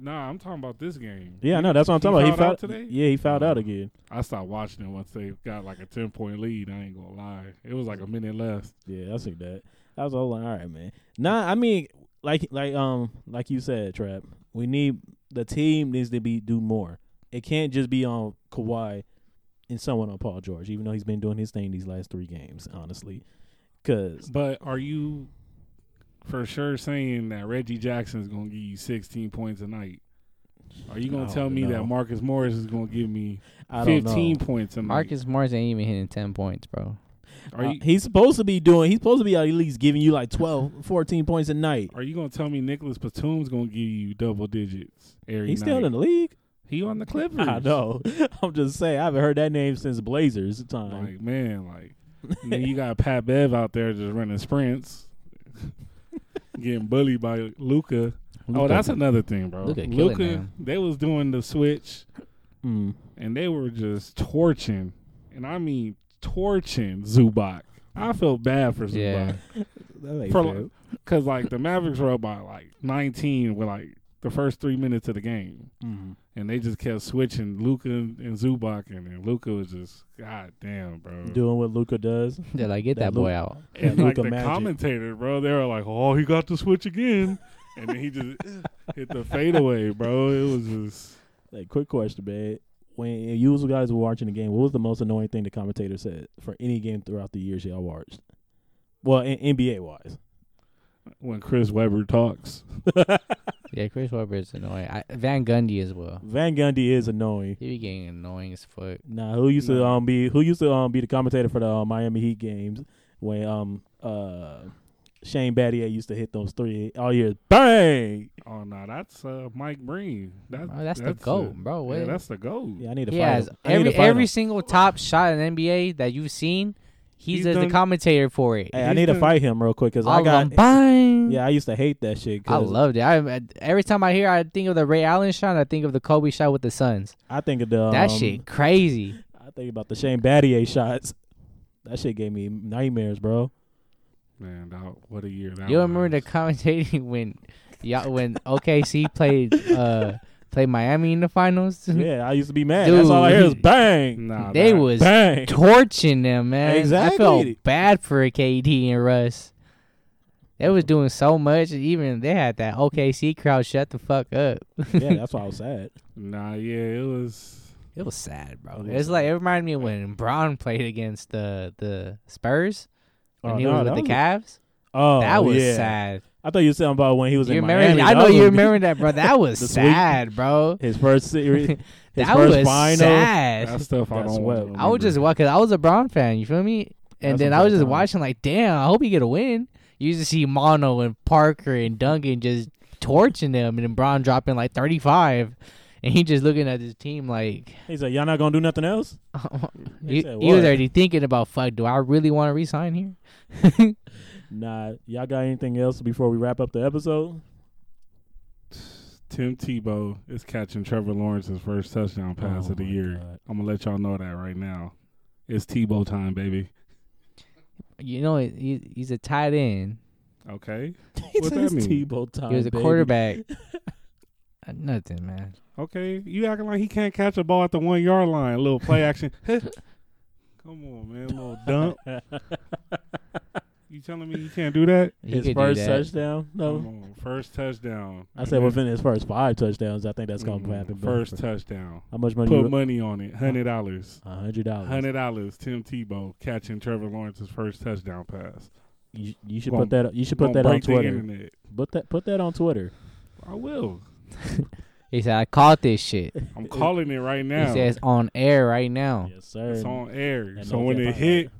Speaker 3: nah, I'm talking about this game.
Speaker 1: Yeah, I know. That's what I'm
Speaker 3: he
Speaker 1: talking about.
Speaker 3: fouled out
Speaker 1: he fouled
Speaker 3: today?
Speaker 1: Yeah, he fouled
Speaker 3: Oh.
Speaker 1: out again.
Speaker 3: I stopped watching it once they got like a 10 point lead. I ain't gonna lie, it was like a minute left.
Speaker 1: Yeah, I see that. I was all like, all right, man. Nah, I mean, like, like, um, like you said, Trap. We need the team needs to be do more. It can't just be on Kawhi and someone on Paul George, even though he's been doing his thing these last three games, honestly. Cause
Speaker 3: But are you for sure saying that Reggie Jackson is gonna give you 16 points a night? Are you gonna
Speaker 1: I
Speaker 3: tell
Speaker 1: don't
Speaker 3: me
Speaker 1: know.
Speaker 3: that Marcus Morris is gonna give me
Speaker 1: I don't
Speaker 3: 15
Speaker 1: know.
Speaker 3: points a night?
Speaker 2: Marcus Morris ain't even hitting ten points, bro.
Speaker 3: Are
Speaker 1: Uh,
Speaker 3: you
Speaker 1: he's supposed to be doing. He's supposed to be at least giving you like 12, 14 points a night.
Speaker 3: are you gonna tell me Nicholas Batum's gonna give you double digits every
Speaker 1: He's
Speaker 3: night?
Speaker 1: still in the league.
Speaker 3: he on the Clippers.
Speaker 1: I know. I'm just saying. I haven't heard that name since Blazers time.
Speaker 3: Like man, like and then you got Pat Bev out there just running sprints, getting bullied by Luca. Oh, that's another thing, bro.
Speaker 2: Luka killing
Speaker 3: Luca,
Speaker 2: them.
Speaker 3: they was doing the switch
Speaker 1: Mm.
Speaker 3: and they were just torching, and I mean torching Zubac. I felt bad for Zubac.
Speaker 2: Yeah.
Speaker 1: That ain't
Speaker 3: For
Speaker 1: fair.
Speaker 3: like, cause like the Mavericks were up by like 19 with like the first three minutes of the game,
Speaker 1: Mm.
Speaker 3: and they just kept switching Luca and, and Zubac, and, and Luca was just god damn, bro.
Speaker 2: Mm.
Speaker 1: Doing what Luca does.
Speaker 2: They're like, get
Speaker 1: That
Speaker 2: that boy
Speaker 1: Luka-
Speaker 2: out.
Speaker 3: and
Speaker 1: that
Speaker 3: like
Speaker 1: Luka
Speaker 3: the
Speaker 1: magic.
Speaker 3: commentator, bro, they were like, oh, he got the switch again, and then he just hit the fadeaway, bro. It was just
Speaker 1: Like, quick question, man. When you was- guys were watching the game, what was the most annoying thing the commentator said for any game throughout the years y'all watched? Well, in, NBA wise,
Speaker 3: when Chris Webber talks.
Speaker 2: Yeah, Chris Webber is annoying. I, Van Gundy as well.
Speaker 1: Van Gundy is annoying.
Speaker 2: He be getting annoying as fuck.
Speaker 1: Nah, who used to
Speaker 3: Nah.
Speaker 1: um be who used to um be the commentator for the uh, Miami Heat games when um uh Shane Battier used to hit those three all year bang.
Speaker 3: Oh no, that's uh, Mike Breen. That,
Speaker 2: Bro, Oh, that's, the
Speaker 3: a-
Speaker 2: goat, bro. What?
Speaker 3: Yeah, that's the goat.
Speaker 1: Yeah, I need to
Speaker 2: he
Speaker 1: fight
Speaker 2: has
Speaker 1: him. I need
Speaker 2: every
Speaker 1: to fight
Speaker 2: every
Speaker 1: him.
Speaker 2: single top shot in NBA that you've seen. He's,
Speaker 3: He's
Speaker 2: the- the
Speaker 3: done-
Speaker 2: commentator for it.
Speaker 1: Hey, I
Speaker 3: he's
Speaker 1: need to
Speaker 3: done-
Speaker 1: fight him real quick because
Speaker 2: All
Speaker 1: I
Speaker 2: of them
Speaker 1: got
Speaker 2: bang.
Speaker 1: yeah I used to hate that shit.
Speaker 2: I
Speaker 1: 'cause
Speaker 2: loved it. I every time I hear, I think of the Ray Allen shot. I think of the Kobe shot with the Suns.
Speaker 1: I think of the um,
Speaker 2: that shit crazy.
Speaker 1: I think about the Shane Battier shots. That shit gave me nightmares, bro.
Speaker 3: Man, dog, what a year that
Speaker 2: You remember the
Speaker 3: was.
Speaker 2: commentating when, y'all when OKC played uh played Miami in the finals?
Speaker 3: Mm-hmm.
Speaker 1: Yeah, I used to be mad. That's all I
Speaker 2: Dude.
Speaker 1: hear is bang,
Speaker 3: Nah,
Speaker 2: They
Speaker 3: dog.
Speaker 2: was
Speaker 1: bang.
Speaker 2: torching them, man. I
Speaker 1: Exactly.
Speaker 2: felt bad for KD and Russ. They was doing so much. Even they had that OKC crowd shut the fuck up.
Speaker 1: yeah, that's why I was sad.
Speaker 3: Nah, yeah, it was.
Speaker 2: It was sad, bro.
Speaker 1: It was
Speaker 2: It's like it reminded me of when Brown played against the the Spurs when
Speaker 1: Oh,
Speaker 2: he
Speaker 1: no,
Speaker 2: was
Speaker 1: that
Speaker 2: with the
Speaker 1: was-
Speaker 2: Cavs.
Speaker 1: Oh,
Speaker 2: that was
Speaker 1: yeah.
Speaker 2: sad.
Speaker 1: I thought you were talking about when he was
Speaker 2: You
Speaker 1: in
Speaker 2: remember?
Speaker 1: Miami.
Speaker 2: I
Speaker 1: That
Speaker 2: know
Speaker 1: was
Speaker 2: you
Speaker 1: a-
Speaker 2: remember that, bro. That was
Speaker 1: The sweep.
Speaker 2: sad, bro.
Speaker 1: his first series, his
Speaker 2: that
Speaker 1: first
Speaker 2: was
Speaker 1: final.
Speaker 2: sad.
Speaker 3: That stuff I
Speaker 1: That's
Speaker 3: don't
Speaker 1: what-
Speaker 3: want. to
Speaker 2: I was just
Speaker 3: remember.
Speaker 2: because I was a Brown fan. You feel me? And
Speaker 1: That's
Speaker 2: then
Speaker 1: what
Speaker 2: I was just
Speaker 1: I'm
Speaker 2: watching, like, damn, I hope he get a win. You used to see Mono and Parker and Duncan just torching them, and then Brown dropping like thirty five, and he just looking at his team like.
Speaker 1: He said, "Y'all not gonna do nothing else."
Speaker 2: He,
Speaker 1: said,
Speaker 2: he was
Speaker 1: "What?"
Speaker 2: already thinking about fuck. Do I really want to resign here?
Speaker 1: Nah, y'all got anything else before we wrap up the episode?
Speaker 3: Tim Tebow is catching Trevor Lawrence's first touchdown pass
Speaker 1: Oh
Speaker 3: of the
Speaker 1: my
Speaker 3: year.
Speaker 1: God.
Speaker 3: I'm gonna let y'all know that right now. It's Tebow time, baby.
Speaker 2: You know, he, he's a tight end.
Speaker 3: Okay,
Speaker 1: He
Speaker 3: What
Speaker 1: said
Speaker 3: that
Speaker 1: it's
Speaker 3: mean?
Speaker 1: Tebow time.
Speaker 2: he was a
Speaker 1: baby.
Speaker 2: quarterback. Uh, Nothing, man.
Speaker 3: okay. You acting like he can't catch a ball at the one yard line. little play action. Come on, man. little dump. You telling me you can't do that?
Speaker 2: He
Speaker 1: His
Speaker 2: could do
Speaker 1: first
Speaker 2: that.
Speaker 1: touchdown.
Speaker 3: Come
Speaker 1: No,
Speaker 3: on, first touchdown.
Speaker 1: I said within his first five touchdowns. I think that's gonna
Speaker 2: Mm-hmm.
Speaker 3: Mm,
Speaker 1: happen. but-
Speaker 3: First touchdown.
Speaker 1: how much money?
Speaker 3: Put
Speaker 1: You, Oh,
Speaker 3: money on it. Hundred dollars.
Speaker 1: a hundred dollars.
Speaker 3: Hundred dollars. Tim Tebow catching Trevor Lawrence's first touchdown pass.
Speaker 1: You, you should
Speaker 3: Gonna-
Speaker 1: put that. You should put
Speaker 3: Gonna
Speaker 1: that on
Speaker 3: break the
Speaker 1: Twitter.
Speaker 3: internet.
Speaker 1: Put that. Put that on Twitter.
Speaker 3: I will.
Speaker 2: He said, "I caught this shit."
Speaker 3: I'm calling it right
Speaker 2: He
Speaker 3: now.
Speaker 2: says on air right now.
Speaker 1: Yes, sir.
Speaker 3: It's on air.
Speaker 1: And
Speaker 3: so
Speaker 1: no
Speaker 3: when
Speaker 1: cap
Speaker 3: it
Speaker 1: out.
Speaker 3: hit,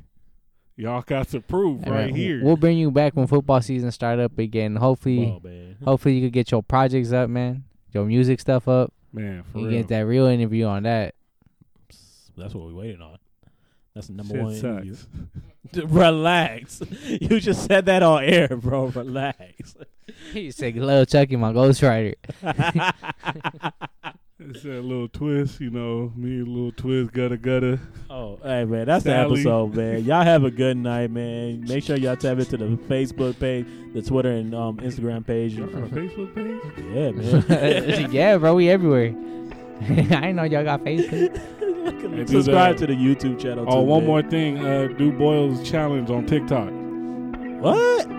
Speaker 3: y'all got to prove
Speaker 2: Hey, man,
Speaker 3: right
Speaker 2: w-
Speaker 3: here.
Speaker 2: We'll bring you back when football season start up again. Hopefully,
Speaker 1: Wow, man.
Speaker 2: hopefully you could get your projects up, man. Your music stuff up.
Speaker 3: Man, for
Speaker 2: You
Speaker 3: real.
Speaker 2: get that real interview on that.
Speaker 1: That's what we're waiting on. That's the number
Speaker 3: Shit
Speaker 1: one. interview.
Speaker 3: sucks.
Speaker 1: Relax. You just said that on air, bro. Relax.
Speaker 2: He said, "Little Chucky, my ghostwriter."
Speaker 3: It's that little twist, you know, me and little twist, gutter gutter.
Speaker 1: oh, hey man, that's
Speaker 3: Sally.
Speaker 1: the episode, man. Y'all have a good night, man. Make sure y'all tap into the Facebook page, the Twitter and um, Instagram page.
Speaker 3: Y'all got a Facebook page?
Speaker 1: Yeah, man.
Speaker 2: yeah, bro, we everywhere. I ain't know y'all got Facebook.
Speaker 3: do
Speaker 1: Subscribe
Speaker 3: that.
Speaker 1: to the YouTube channel.
Speaker 3: Oh,
Speaker 1: too,
Speaker 3: one
Speaker 1: man.
Speaker 3: more thing. Uh, do Boyle's challenge on TikTok.
Speaker 1: What?